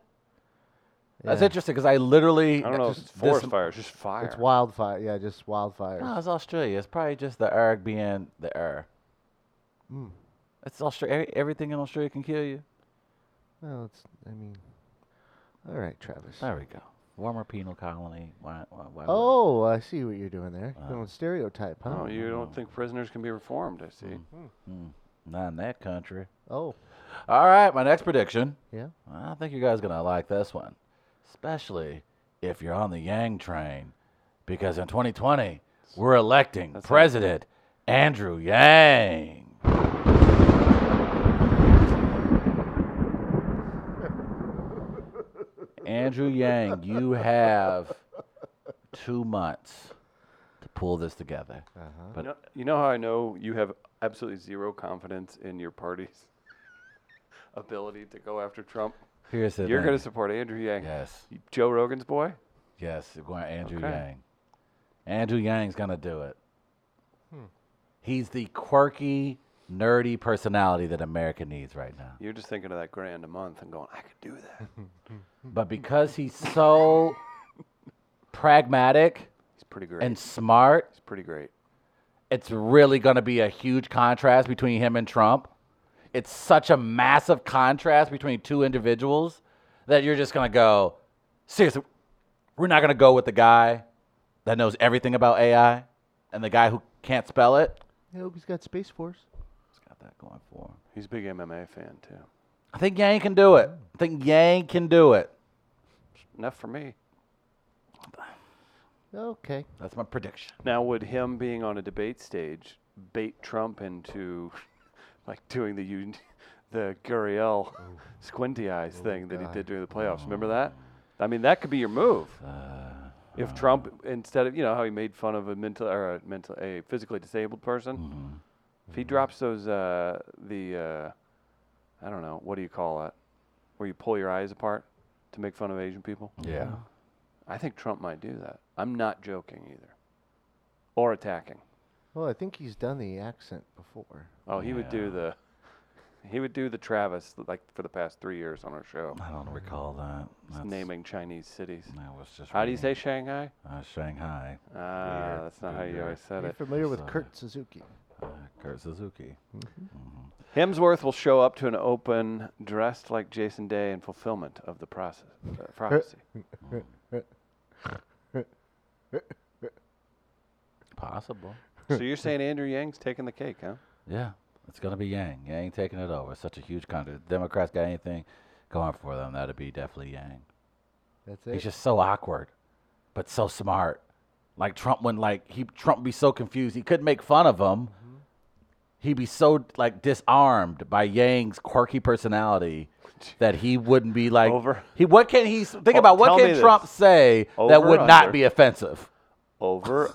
S1: That's
S3: Yeah.
S1: interesting because I literally.
S2: I don't know if it's
S1: this-
S2: forest fire, it's just fire.
S3: It's wildfire. Yeah, just wildfires.
S2: Ah.
S1: No, it's Australia. It's probably just the erg being the er.
S3: Mm.
S1: It's Australia. Everything in Australia can kill you.
S3: Well, it's. I mean. All right, Travis.
S1: There we go. Warmer penal colony. Why, why, why would-
S3: Oh, I see what you're doing there. You're going stereotype, huh?
S2: Oh, you don't think prisoners can be reformed, I see.
S1: Hmm, Not in that country.
S3: Oh,
S1: All right, my next prediction.
S3: yeah.
S1: I think you guys are gonna like this one, especially if you're on the Yang train, because in 2020 we're electing
S2: That's
S1: President Andrew
S2: *laughs*
S1: Yang. Andrew Yang, you have two months to pull this together.
S2: You know, you know how I know you have absolutely zero confidence in your party's *laughs* ability to go after Trump?
S1: Here's the
S2: You're
S1: thing.
S2: going to support Andrew Yang.
S1: yes,
S2: Joe Rogan's boy?
S1: yes, we're going to Andrew
S2: Okay.
S1: Yang. Andrew Yang's gonna do it. He's the quirky, nerdy personality that America needs right now.
S2: You're just thinking of that grand a month and going, I could do that. *laughs*
S1: But because he's so pragmatic
S2: He's pretty great.
S1: and smart,
S2: He's pretty great.
S1: it's really going to be a huge contrast between him and Trump. It's such a massive contrast between two individuals that you're just going to go, seriously, we're not going to go with the guy that knows everything about AI and the guy who can't spell it.
S3: I hope he's got Space Force.
S1: He's got that going for him.
S2: He's a big MMA fan, too.
S1: I think Yang can do it. I think Yang can do it.
S2: Enough for me.
S3: Okay.
S1: That's my prediction.
S2: Now, would him being on a debate stage bait Trump into *laughs* like doing the un- the Guriel squinty eyes thing that he did during the playoffs? Remember that? I mean, that could be your move. if Trump, instead of you know how he made fun of a mental or a mental a physically disabled person, if he drops those uh, the uh, I don't know what do you call it, where you pull your eyes apart to make fun of Asian people.
S1: Yeah.
S2: I think Trump might do that. I'm not joking either, or attacking.
S3: Well, I think he's done the accent before.
S2: Oh, he would do the *laughs* he would do the Travis like for the past three years on our show,
S1: I don't recall that. That's,
S2: naming Chinese cities.
S1: That was just
S2: How do you
S1: reading,
S2: say Shanghai?
S1: Uh, Shanghai.
S2: Ah, that's not how you always said
S3: You're
S2: it.
S3: familiar with
S1: Sorry.
S3: Kurt Suzuki.
S1: Uh, Kurt Suzuki.
S2: Hemsworth will show up to an open dressed like Jason Day in fulfillment of the process uh, prophecy.
S1: Possible.
S2: so you're saying Andrew Yang's taking the cake, huh?
S1: Yeah, it's gonna be Yang. Yang taking it over. Such a huge country. Democrats got anything going for them? That'd be definitely Yang.
S3: That's
S1: He's
S3: it.
S1: just so awkward, but so smart. Like Trump wouldn't like he Trump be so confused. He couldn't make fun of him.
S2: Mm-hmm.
S1: He'd be so like disarmed by Yang's quirky
S2: *laughs*
S1: personality that he wouldn't be like
S2: Over-
S1: He what can he s- think
S2: Oh,
S1: about?
S2: tell
S1: What
S2: me
S1: can
S2: this.
S1: Trump say that
S2: Over
S1: would
S2: or
S1: not
S2: under?
S1: be offensive?
S2: Over.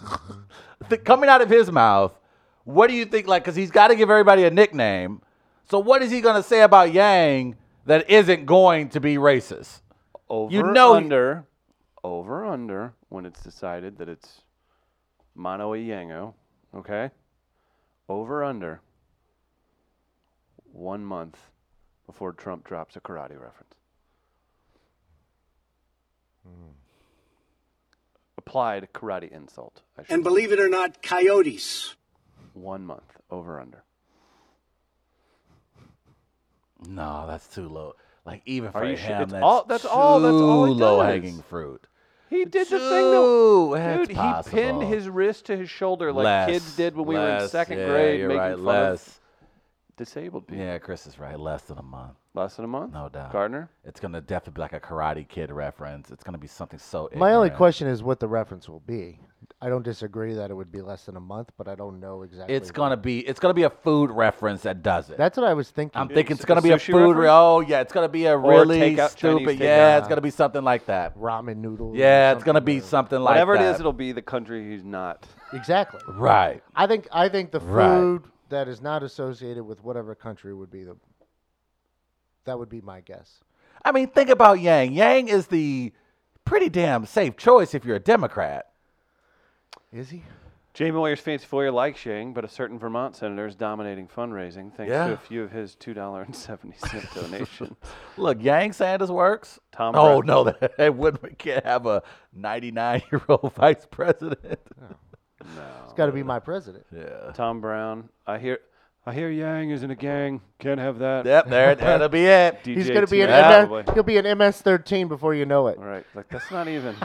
S1: th- coming out of his mouth, what do you think? Like, because he's got to give everybody a nickname. So, what is he going to say about Yang that isn't going to be racist?
S2: over
S1: know he-
S2: under over under when it's decided that it's mono e yango okay over under one month before trump drops a karate reference applied karate insult I should
S5: And believe it or not, coyotes.
S2: one month over under
S1: No, that's too low. Like, even for
S2: Are you
S1: him,
S2: sure? It's
S1: that's,
S2: all- that's all- that's all
S1: too
S2: he does.
S1: low hanging fruit.
S2: he did the
S1: Too-
S2: thing though
S1: that's
S2: Dude, he pinned
S1: possible.
S2: his wrist to his shoulder like
S1: Less,
S2: kids did when we were in
S1: less,
S2: second
S1: yeah,
S2: grade,
S1: You're
S2: making
S1: right,
S2: fun
S1: less.
S2: of disabled people.
S1: Yeah, Chris is right. Less than a month,
S2: Less than a month?
S1: no doubt.
S2: Gardner?
S1: It's gonna definitely be like a Karate Kid reference. It's gonna be something so.
S3: My only
S1: ignorant.
S3: question is what the reference will be. I don't disagree that it would be less than a month, but I don't know exactly.
S1: It's
S3: what-
S1: gonna be. It's gonna be a food reference that does it.
S3: That's what I was thinking.
S1: I'm thinking
S2: s-
S1: it's gonna be a
S2: sushi
S1: food.
S2: reference?
S1: Re- oh yeah, it's gonna be a
S2: Or
S1: really
S2: takeout, Chinese
S1: stupid.
S2: takeout.
S1: Yeah, it's gonna be something like that.
S3: Ramen noodles. or
S1: Yeah, it's gonna
S3: something
S1: be
S3: or-
S1: something like
S2: Whatever
S1: that.
S2: it is, it'll be the country he's not. *laughs*
S3: Exactly.
S1: right.
S3: I think I think the
S1: Right.
S3: food that is not associated with whatever country would be the. That would be my guess.
S1: I mean, think about Yang. Yang is the pretty damn safe choice if you're a Democrat.
S3: Is he?
S2: Jamie Moyer's fancy foyer likes Yang, but a certain Vermont senator is dominating fundraising thanks
S1: Yeah.
S2: to a few of his
S1: *laughs*
S2: $2.70 donations.
S1: Look, Yang Sanders works.
S2: Tom
S1: Oh
S2: Brady.
S1: no, *laughs* that that wouldn't we can't have a 99 year old *laughs* vice president.
S3: It's got to be my president.
S1: Yeah.
S2: Tom Brown, I hear I hear Yang is in a gang. Can't have that.
S1: Yep. There. That'll be
S2: *laughs*
S1: it.
S2: DJ
S3: He's gonna be an
S2: too,
S1: Yeah.
S2: probably.
S3: MS, he'll be an MS-13 before you know it. *laughs*
S2: All right, like that's not even. they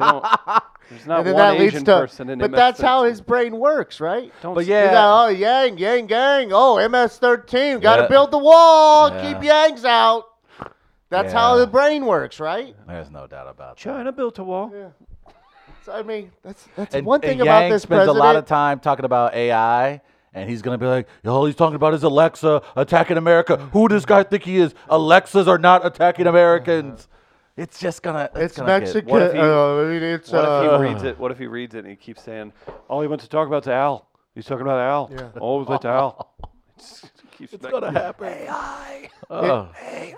S2: don't, There's not
S3: and then
S2: one
S3: that leads
S2: Asian
S3: to,
S2: person in
S3: but that's
S2: MS-13.
S3: how his brain works, right?
S2: Don't
S1: But
S2: s-
S1: yeah,
S3: You got, oh, Yang, Yang, Gang. Oh, MS-13. Got to
S1: Yeah.
S3: build the wall.
S1: Yeah.
S3: Keep Yangs out. That's how
S1: Yeah.
S3: the brain works, right?
S1: There's no doubt about that.
S2: China built a wall.
S3: So, I mean, that's that's
S1: And,
S3: one thing
S1: and
S3: about
S1: Yang
S3: this
S1: spends
S3: president.
S1: a lot of time talking about AI, and he's gonna be like, "All he's talking about is Alexa attacking America. Who does this guy think he is? Alexas are not attacking Americans. It's just gonna. It's,
S3: it's
S1: gonna get-
S3: Mexican.
S2: what if he-
S3: uh, I mean, it's
S2: What
S3: uh,
S2: if he reads it? What if he reads it and he keeps saying, "All he wants to talk about is Al. He's talking about Al.
S3: Yeah.
S2: Always like Al."
S3: *laughs*
S2: It's, keeps
S1: It's gonna happen. AI. Oh.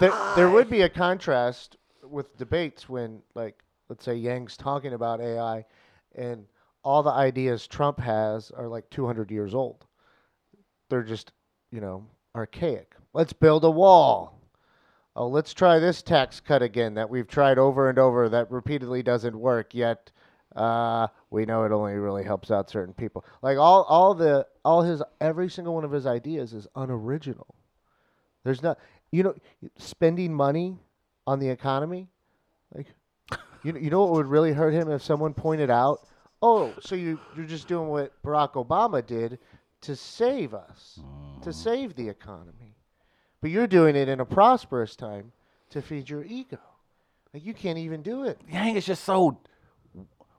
S3: there, there would be a contrast with debates when, like, let's say Yang's talking about AI, and all the ideas Trump has are like 200 years old. They're just, you know, archaic. Let's build a wall. Oh, let's try this tax cut again that we've tried over and over that repeatedly doesn't work yet. Uh, we know it only really helps out certain people. Like all, all the, all his, every single one of his ideas is unoriginal. There's not, you know, spending money on the economy. Like, you, you know what would really hurt him if someone pointed out, oh, so you, you're just doing what Barack Obama did to save us, to save the economy. But you're doing it in a prosperous time to feed your ego. Like, you can't even do it.
S1: Yang is just so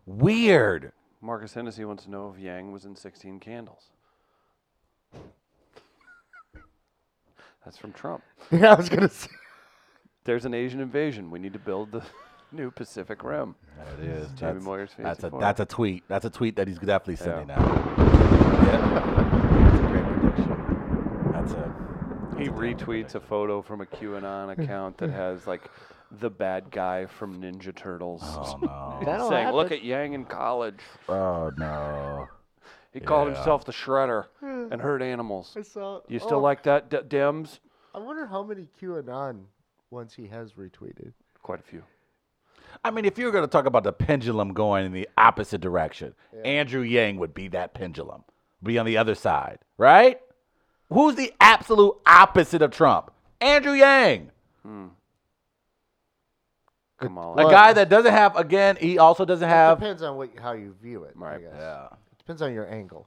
S1: weird.
S2: Marcus Hennessy wants to know if Yang was in 16 Candles. That's from Trump.
S3: *laughs* Yeah, I was *laughs* going to say.
S2: There's an Asian invasion. We need to build the *laughs* new Pacific Rim.
S1: It is.
S2: Jamie
S1: That's,
S2: Moyer's fancy
S1: that's a
S2: farm.
S1: that's a tweet. That's a tweet that he's definitely sending
S2: Yeah.
S1: out. That's a great prediction. That's a.
S2: He retweets a photo from a
S3: *laughs*
S2: QAnon account that has like the bad guy from Ninja Turtles *laughs*
S1: Oh no.
S3: That'll
S2: saying, "Look
S3: happen.
S2: at Yang in college.
S1: oh no.
S2: He called
S1: Yeah.
S2: himself the Shredder and hurt animals."
S3: I saw-
S2: You still
S3: Hmm. oh,
S2: like that, D- Dems?
S3: I wonder how many QAnon ones he has retweeted.
S2: Quite a few.
S1: I mean, if you were going to talk about the pendulum going in the opposite direction, Andrew Yang would be that pendulum, be on the other side, right? Who's the absolute opposite of Trump? Andrew Yang,
S2: Kamala.
S1: a
S3: Well-
S1: guy that doesn't have, again, he also doesn't *laughs*
S3: It
S1: have.
S3: depends on what, how you view it. I
S2: Right.
S3: guess.
S1: Yeah.
S3: Depends on your angle.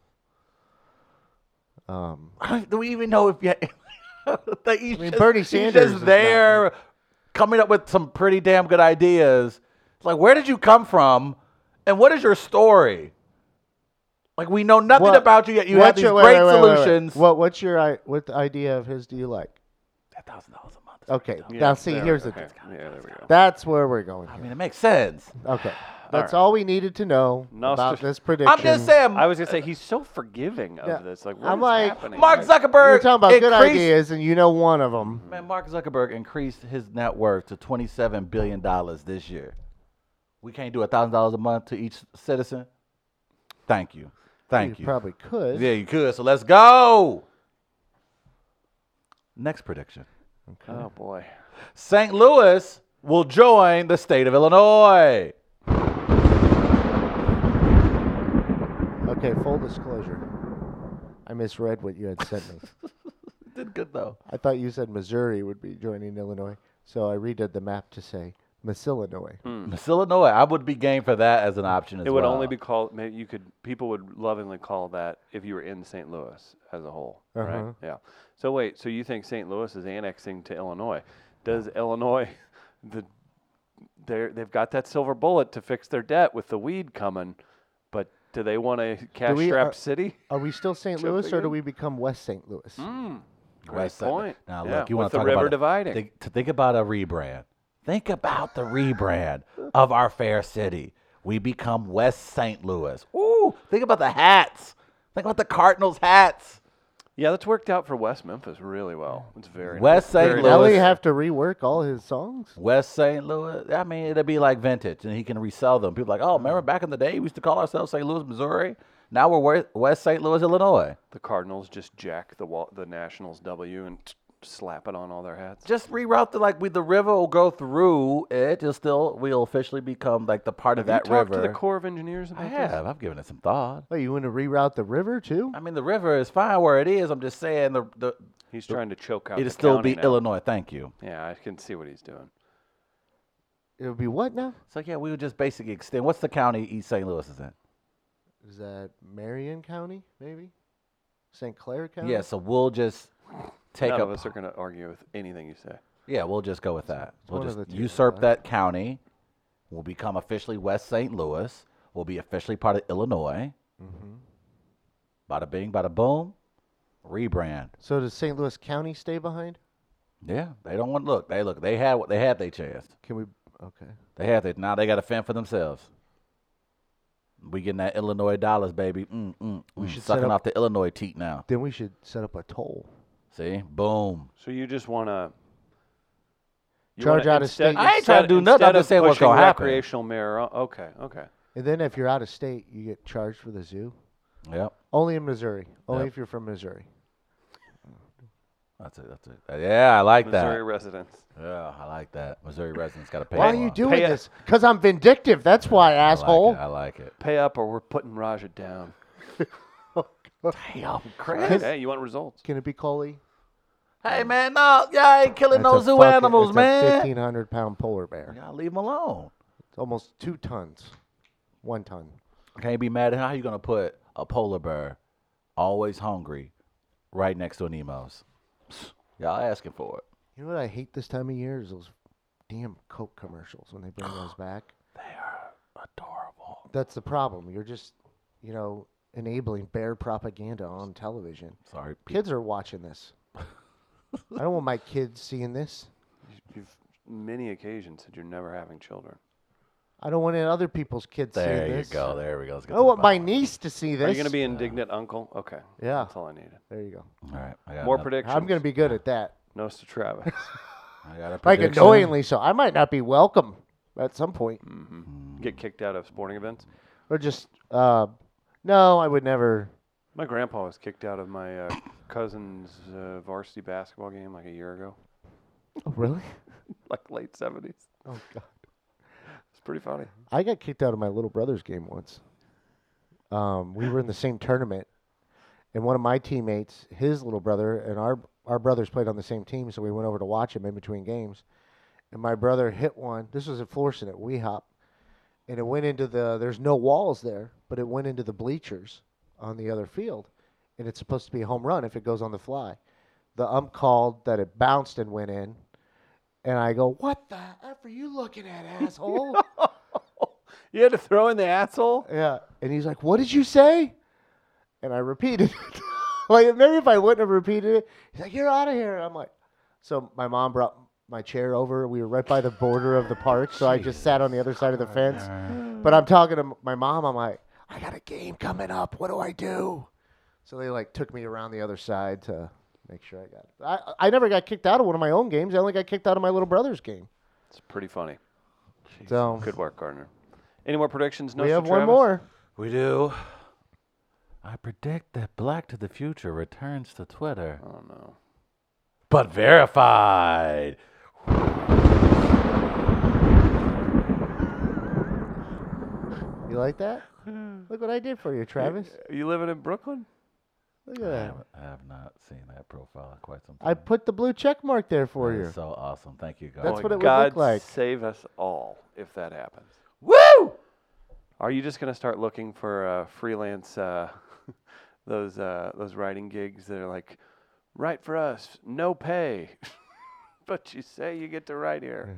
S3: Um,
S1: Do we even know if yet? *laughs* that he's
S3: mean,
S1: just,
S3: Bernie Sanders
S1: he's
S3: is
S1: just there, coming up with some pretty damn good ideas. It's like, where did you come from, and what is your story? Like, we know nothing
S3: What-
S1: about you yet. You have
S3: what's
S1: these
S3: your- wait,
S1: great
S3: wait, wait, wait, wait.
S1: solutions.
S3: What what's your i- what idea of his do you like?
S1: That thousand dollars a month.
S3: Okay,
S2: Yeah,
S3: now see
S2: there-
S3: here's the
S2: okay.
S3: thing.
S2: Yeah, there we
S3: *laughs*
S2: go.
S3: That's where we're going.
S1: I
S3: Here.
S1: mean, it makes sense.
S3: Okay, that's all we needed to know
S2: Nostra-
S3: about this prediction.
S1: I'm just saying,
S2: I was gonna say he's so forgiving of
S3: Yeah.
S2: this. Like, what's
S3: I'm like,
S2: happening?
S1: Mark
S2: Like,
S1: Zuckerberg.
S3: You're talking about good
S1: increased-
S3: ideas, and you know one of them.
S1: Man, Mark Zuckerberg increased his net worth to twenty-seven billion dollars this year. We can't do thousand dollars a month to each citizen. Thank you, thank you.
S3: probably could.
S1: Yeah, you could. So let's go. Next prediction:
S2: Oh boy.
S1: St. Louis will join the state of Illinois.
S3: Okay, full disclosure. I misread what you had sent
S1: *laughs*
S3: me.
S1: Did good though.
S3: I thought you said Missouri would be joining Illinois, so I redid the map to say Misillinois.
S1: Miss Illinois, I would be game for that as an option as
S2: Hmm. It would
S1: well.
S2: only be called. Maybe you could. People would lovingly call that if you were in St. Louis as a whole,
S3: Uh-huh.
S2: right? Yeah. So wait. So you think St. Louis is annexing to Illinois? Does Illinois, the, they they've got that silver bullet to fix their debt with the weed coming, but do they want a
S3: we-
S2: cash-strapped
S3: are-
S1: uh,
S2: city?
S3: Are we still St.
S2: Jump
S3: Louis, or do
S2: again.
S3: we become West St. Louis?
S1: Hmm.
S2: Great
S1: West Side.
S2: point.
S1: uh, Now
S2: Yeah,
S1: look, you
S2: with
S1: want
S2: the
S1: to talk
S2: river
S1: about a-
S2: dividing.
S1: Think, to think about a rebrand. Think about the rebrand of our fair city. We become West St. Louis. Ooh, think about the hats. Think about the Cardinals hats.
S2: Yeah, that's worked out for West Memphis really well. It's very
S1: West
S2: nice.
S1: St.
S2: Very
S3: Now
S1: Louis.
S3: we
S1: Louis.
S3: have to rework all his songs.
S1: West St. Louis. I mean, it'd be like vintage, and he can resell them. People are like, oh, remember back in the day, we used to call ourselves St. Louis, Missouri. Now we're Wer- West St. Louis, Illinois.
S2: The Cardinals just jack the wall, the Nationals W and t- slap it on all their hats.
S1: Just reroute the like we the river will go through it. It'll still we'll officially become like the part of
S2: Have
S1: that
S2: you talked
S1: river.
S2: to the Corps of Engineers about
S1: I
S2: this?
S1: have. I've given it some thought.
S3: Wait, you want to reroute the river too?
S1: I mean, the river is fine where it is. I'm just saying the the
S2: He's trying to choke out.
S1: it'll
S2: the
S1: still
S2: county
S1: be
S2: now.
S1: Illinois. Thank you.
S2: Yeah, I can see what he's doing.
S3: It would be what now?
S1: So yeah, we would just basically extend. What's the county East St. Louis is in?
S3: Is that Marion County, maybe? St. Clair County?
S1: Yeah, so we'll just take
S2: None
S1: a
S2: of us are going to argue with anything you say.
S1: yeah. We'll just go with that. We'll
S3: one of
S1: just
S3: the two,
S1: usurp
S3: right?
S1: that county. We'll become officially West St. Louis. We'll be officially part of Illinois.
S3: Mm-hmm.
S1: Bada bing, bada boom. Rebrand.
S3: So does St. Louis County stay behind?
S1: Yeah, they don't want look. They look. They had what they had. They chance.
S3: Can we? Okay.
S1: They had it. Now they got to fend for themselves. We getting that Illinois dollars, baby. Mm, mm, we
S3: should
S1: should
S3: set
S1: sucking
S3: up-
S1: off the Illinois teat now.
S3: Then we should set up a toll.
S1: See, boom.
S2: So you just want to
S3: Charge out of state. I
S1: ain't trying to do nothing. I'm just saying what's gonna happen.
S2: Recreational marijuana. Okay, okay.
S3: And then if you're out of state, you get charged for the zoo.
S1: Yep,
S3: Only in Missouri. Only
S1: Yep.
S3: if you're from Missouri.
S1: that's it. That's it. Uh, Yeah, I like
S2: Missouri residents.
S1: that. Yeah, I like that. Missouri residents got to pay.
S3: Why are
S1: more.
S3: you
S1: I
S3: doing
S2: Pay a-
S3: this? Because I'm vindictive. That's why,
S1: like it,
S3: asshole.
S1: I like it.
S2: Pay up or we're putting Raja down.
S1: Damn, Chris.
S2: hey, you want results?
S3: Can it be Coley?
S1: Hey, man, no, y'all ain't killing
S3: That's
S1: no
S3: a
S1: zoo
S3: fucking-
S1: animals,
S3: it's A
S1: man.
S3: 1,500 pound polar bear.
S1: Y'all leave them alone.
S3: It's almost two tons. One ton.
S1: Can't be mad at how you gonna put a polar bear, always hungry, right next to an emos. Y'all asking for it.
S3: You know what I hate this time of year is those damn Coke commercials when they bring
S1: *sighs*
S3: those back.
S1: Adorable.
S3: That's the problem. You're just, you know, enabling bear propaganda on television.
S1: Sorry, Pete.
S3: Kids are
S1: *laughs*
S3: watching this. I don't want my kids seeing this.
S2: You've many occasions said you're never having children.
S3: I don't want any other people's kids
S1: There
S3: seeing
S1: you
S3: this.
S1: go. There we go. Let's
S3: I
S1: get to
S3: don't
S1: the
S3: want my
S1: bottom.
S3: niece to see this.
S2: Are you going to be indignant uncle? Okay.
S3: Yeah.
S2: That's all I needed.
S3: There you go.
S1: All right. I got
S2: More
S1: noth-
S2: predictions.
S3: I'm going to be good at that. *laughs*
S2: Nostradamus.
S1: I got a
S3: Like
S1: prediction.
S3: annoyingly so. I might not be welcome at some point.
S2: Get kicked out of sporting events.
S3: Or just, uh, no, I would never.
S2: My grandpa was kicked out of my uh, cousin's uh, varsity basketball game like a year ago,
S3: Oh, really?
S2: like late 70s.
S3: Oh, God.
S2: It's pretty funny.
S3: I got kicked out of my little brother's game once. Um, we were in the same tournament, and one of my teammates, his little brother, and our our brothers played on the same team, so we went over to watch him in between games. And my brother hit one. This was at Florissant at Weehop, and it went into the. There's no walls there, but it went into the bleachers on the other field, and it's supposed to be a home run if it goes on the fly. The ump called that it bounced and went in, and I go, "What the f are you looking at, asshole?"
S2: You had to throw in the asshole?
S3: Yeah. And he's like, What did you say? And I repeated it. *laughs* like, maybe if I wouldn't have repeated it, he's like, You're out of here. And I'm like, So my mom brought my chair over. We were right by the border of the park. So I just sat on the other side of the fence. But I'm talking to m- my mom. I'm like, I got a game coming up. What do I do? So they like took me around the other side to make sure I got it. I, I never got kicked out of one of my own games. I only got kicked out of my little brother's game.
S2: It's pretty funny.
S3: So
S2: Good work, Gardner. Any more predictions?
S3: we have
S2: Nostradamus?
S3: one more.
S1: We do. I predict that Black to the Future returns to Twitter,
S2: Oh, no.
S1: but verified.
S3: You like that? Look what I did for you, Travis.
S2: Are you living in Brooklyn?
S3: Look at
S1: I
S3: that.
S1: haven't- I have not seen that profile in quite some time.
S3: I put the blue check mark there for
S1: That
S3: you.
S1: is so awesome. Thank you, God.
S3: That's
S2: Boy,
S3: what it would look
S2: God
S3: like.
S2: save us all if that happens.
S1: Woo!
S2: Are you just going to start looking for uh, freelance uh, *laughs* those uh, those writing gigs that are like write for us, no pay, *laughs* but you say you get to write here?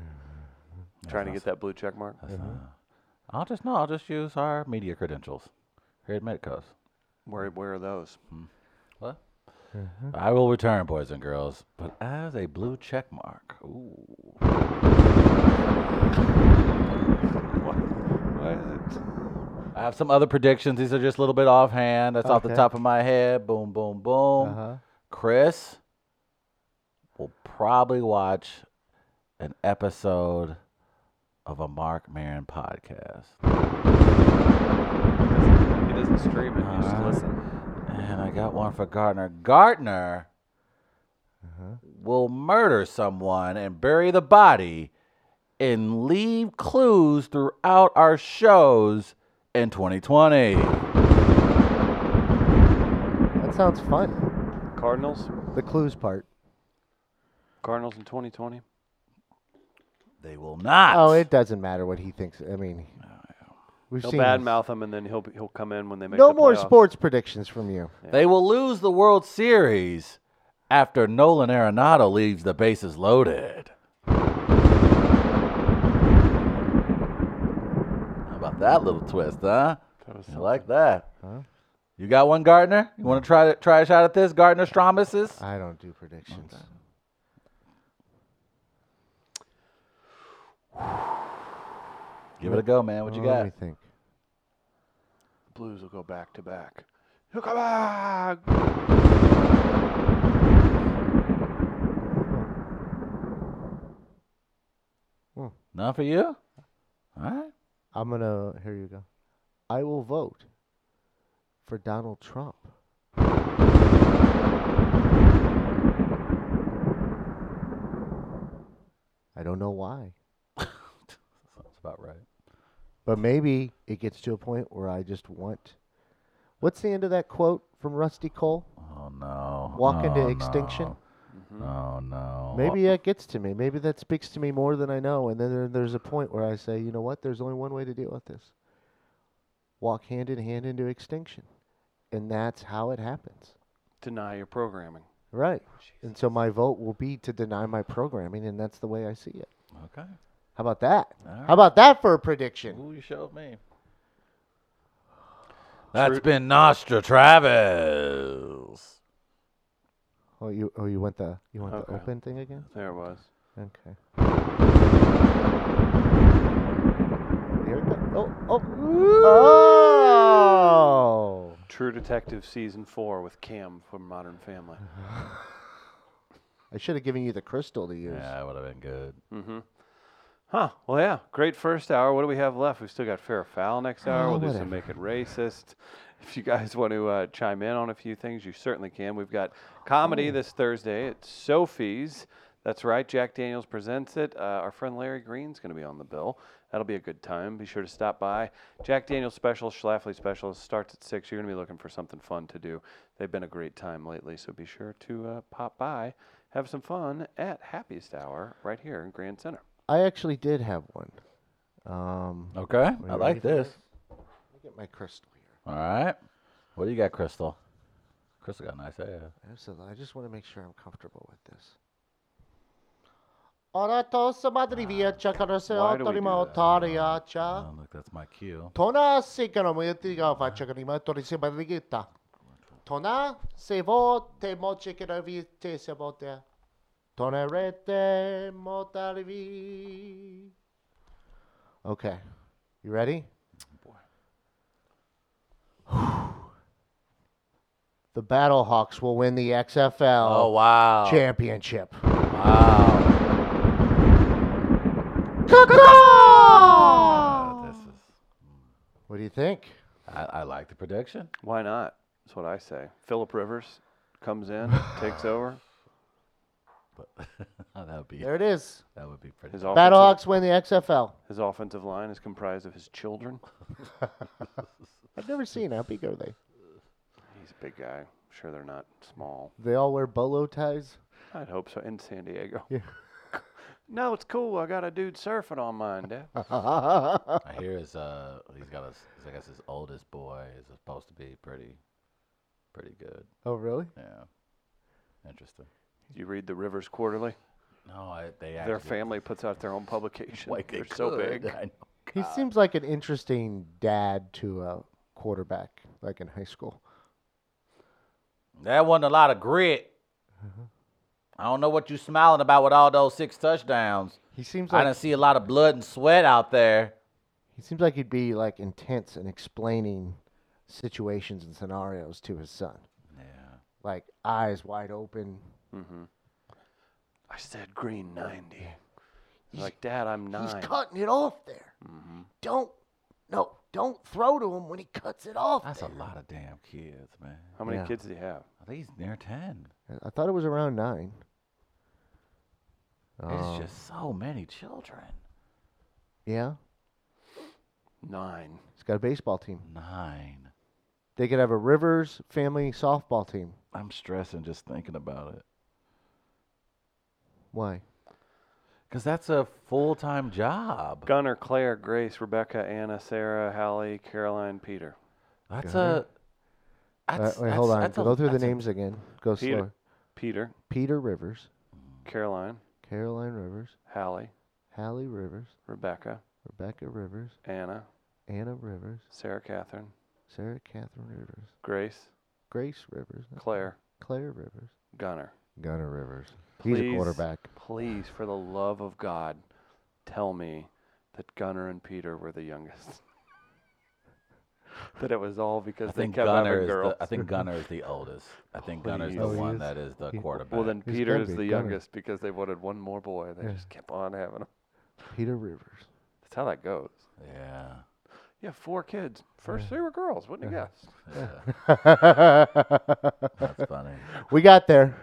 S2: Trying to get that blue check mark.
S1: I'll just no. I'll just use our media credentials here at Medco's.
S2: Where where are those?
S1: What?
S3: Mm-hmm.
S1: I will return, boys and girls, but as a blue check mark. Ooh.
S2: Why, why is it?
S1: I have some other predictions. These are just a little bit offhand. That's off the
S3: Okay.
S1: top of my head. Boom, boom, boom.
S3: Uh-huh.
S1: Chris will probably watch an episode of a Mark Marin podcast.
S2: He doesn't stream it. He just
S1: Uh,
S2: listen.
S1: And I got one for Gardner. Gardner will murder someone and bury the body and leave clues throughout our shows in 2020.
S3: That sounds fun.
S2: Cardinals.
S3: The clues part.
S2: Cardinals in 2020.
S1: They will not.
S3: Oh, it doesn't matter what he thinks. I mean, we've
S2: He'll
S3: seen this.
S2: badmouth them, and then he'll be- he'll come in when they make
S3: No
S2: the
S3: more
S2: playoffs.
S3: sports predictions from you.
S1: They will lose the World Series after Nolan Arenado leaves the bases loaded. How about that little twist, huh? I like that. You got one, Gardner? You want to try try a shot at this, Gardner Strombus's?
S3: I don't do predictions.
S1: Give it a go, man. What you
S3: Well, Oh, Let
S1: got?
S3: me think.
S2: Blues will go back to back. He'll come back.
S1: None for you? All right.
S3: I'm gonna. Here you go. I will vote for Donald Trump. I don't know why,
S1: That's about right.
S3: but maybe it gets to a point where I just want. What's the end of that quote from Rusty Cole?
S1: Oh, no.
S3: Walk into
S1: Oh,
S3: extinction.
S1: no. Oh, no.
S3: Maybe that gets to me. Maybe that speaks to me more than I know. And then there, there's a point where I say, you know what? There's only one way to deal with this. Walk hand in hand into extinction, and that's how it happens.
S2: Deny your programming.
S3: Right. And so my vote will be to deny my programming, and that's the way I see it.
S1: Okay.
S3: How about that?
S1: Alright.
S3: How about that for a prediction?
S1: Ooh, you showed me. That's been Nostra Travis.
S3: Oh, you oh you want the you want
S2: Okay.
S3: the open thing again?
S2: There it was.
S3: Okay. Here it go- Oh oh oh!
S2: True Detective season four with Cam from Modern Family.
S3: I should have given you the crystal to use.
S1: Yeah, that would have been *laughs* good.
S2: Huh. Well, yeah. Great first hour. What do we have left? We've still got fair or foul next hour.
S3: Oh,
S2: we'll do some make it racist. *laughs* If you guys want to uh, chime in on a few things, you certainly can. We've got comedy this Thursday at Sophie's. That's right. Jack Daniels presents it. Uh, our friend Larry Green's going to be on the bill. That'll be a good time. Be sure to stop by. Jack Daniels special, Schlafly special starts at six. You're going to be looking for something fun to do. They've been a great time lately, so be sure to uh, pop by, have some fun at Happiest Hour right here in Grand Center.
S3: I actually did have one. Um,
S1: Okay, I
S3: ready
S1: like
S3: for
S1: this.
S3: let me get my crystal here.
S1: All right. What do you got, Crystal? Crystal got a nice hair.
S3: Absolutely. I just want to make sure I'm comfortable with this. Oratos madriviacha
S2: Ah. Why do we do that?
S1: Oh, look, that's my cue.
S3: Tona sikanomitiga vachakarima torisi madrigita. Tona sevo te mochikaravi te sevote. Tona rete motarivi. Okay. You ready? The Battlehawks will win the XFL
S1: Oh, wow.
S3: championship.
S1: Wow. Uh,
S3: Caw-caw!
S1: This is,
S3: What do you think?
S1: I, I like the prediction. *laughs*
S2: Why not? That's what I say. Philip Rivers comes in, takes over.
S1: that would be
S3: There it is.
S1: that would be pretty.
S2: His offensive,
S3: Battlehawks win the XFL.
S2: his offensive line is comprised of his children.
S3: I've never seen how big are they?
S2: He's a big guy. I'm sure they're not small.
S3: They all wear bolo *laughs* ties.
S2: I'd hope so. In San Diego.
S3: Yeah.
S2: *laughs* no, it's cool. I got a dude surfing on mine, Dad.
S3: Oh,
S1: I hear his uh he's got his I guess his oldest boy is supposed to be pretty pretty good.
S3: Oh, really?
S1: Yeah. Interesting.
S2: you read the Rivers Quarterly?
S1: No, I, they actually
S2: Their family puts out their own publication.
S1: like
S2: they're
S1: they
S2: so
S1: could.
S2: big.
S1: I know.
S3: He seems like an interesting dad to a quarterback, like in high school.
S1: That wasn't a lot of grit. I don't know what you smiling about with all those six touchdowns.
S3: He seems
S1: I
S3: like
S1: didn't see a lot of blood and sweat out there.
S3: he seems like he'd be like intense in explaining situations and scenarios to his son.
S1: Yeah.
S3: Like eyes wide open.
S2: I said green 90. He's like, Dad, I'm nine.
S3: He's cutting it off there. Don't no, don't throw to him when he cuts it off.
S1: That's a
S3: there.
S1: lot of damn kids, man.
S2: How many
S3: Yeah.
S2: kids do you have?
S1: I think he's near 10.
S3: I- I thought it was around nine. Uh-huh.
S1: It's just so many children.
S3: Yeah,
S2: Nine.
S3: he's got a baseball team.
S1: Nine.
S3: They could have a Rivers family softball team.
S1: I'm stressing just thinking about it.
S3: Why?
S1: Because that's a full time job.
S2: Gunner, Claire, Grace, Rebecca, Anna, Sarah, Hallie, Caroline, Peter.
S1: That's a.
S3: Uh,
S1: That's,
S3: wait, hold
S1: that's-
S3: on.
S1: that's a-
S3: Go through the
S1: that's a-
S3: names again. Go
S2: Peter.
S3: slower.
S2: Peter,
S3: Peter Rivers,
S2: Caroline,
S3: Caroline Rivers,
S2: Hallie,
S3: Hallie Rivers,
S2: Rebecca,
S3: Rebecca Rivers,
S2: Anna,
S3: Anna Rivers,
S2: Sarah, Catherine,
S3: Sarah Catherine Rivers,
S2: Grace,
S3: Grace Rivers,
S1: Mm-hmm.
S3: no,
S2: Claire,
S3: Claire Rivers,
S2: Gunner.
S3: Gunnar Rivers. He's
S2: Please.
S3: a quarterback.
S2: Please, for the love of God, tell me that Gunner and Peter were the youngest. *laughs* that it was all because
S1: I
S2: they
S1: think
S2: kept
S1: Gunner
S2: having
S1: is
S2: girls.
S1: the. I think Gunner is
S2: *laughs*
S1: the oldest. I think Gunner is the
S2: Please.
S1: one
S2: Oh, he
S3: is?
S1: that is the
S3: He-
S1: quarterback.
S2: well, then
S3: He's
S2: Peter
S3: gotta
S2: is
S3: be
S2: the
S3: Gunner.
S2: youngest because they wanted one more boy. They
S3: Yeah.
S2: just kept on having them.
S3: Peter Rivers. *laughs*
S2: That's how that goes.
S1: yeah.
S2: You have four kids. First three were girls, wouldn't you guess?
S1: yeah. That's funny.
S3: we got there.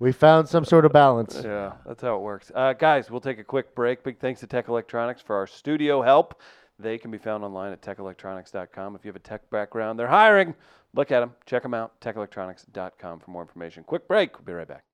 S3: We found some sort
S1: *laughs*
S3: of balance.
S2: Yeah, that's how it works. Uh, guys, we'll take a quick break. Big thanks to Tech Electronics for our studio help. They can be found online at techelectronics.com. If you have a tech background, they're hiring. Look at them, check them out, techelectronics.com for more information. Quick break. We'll be right back.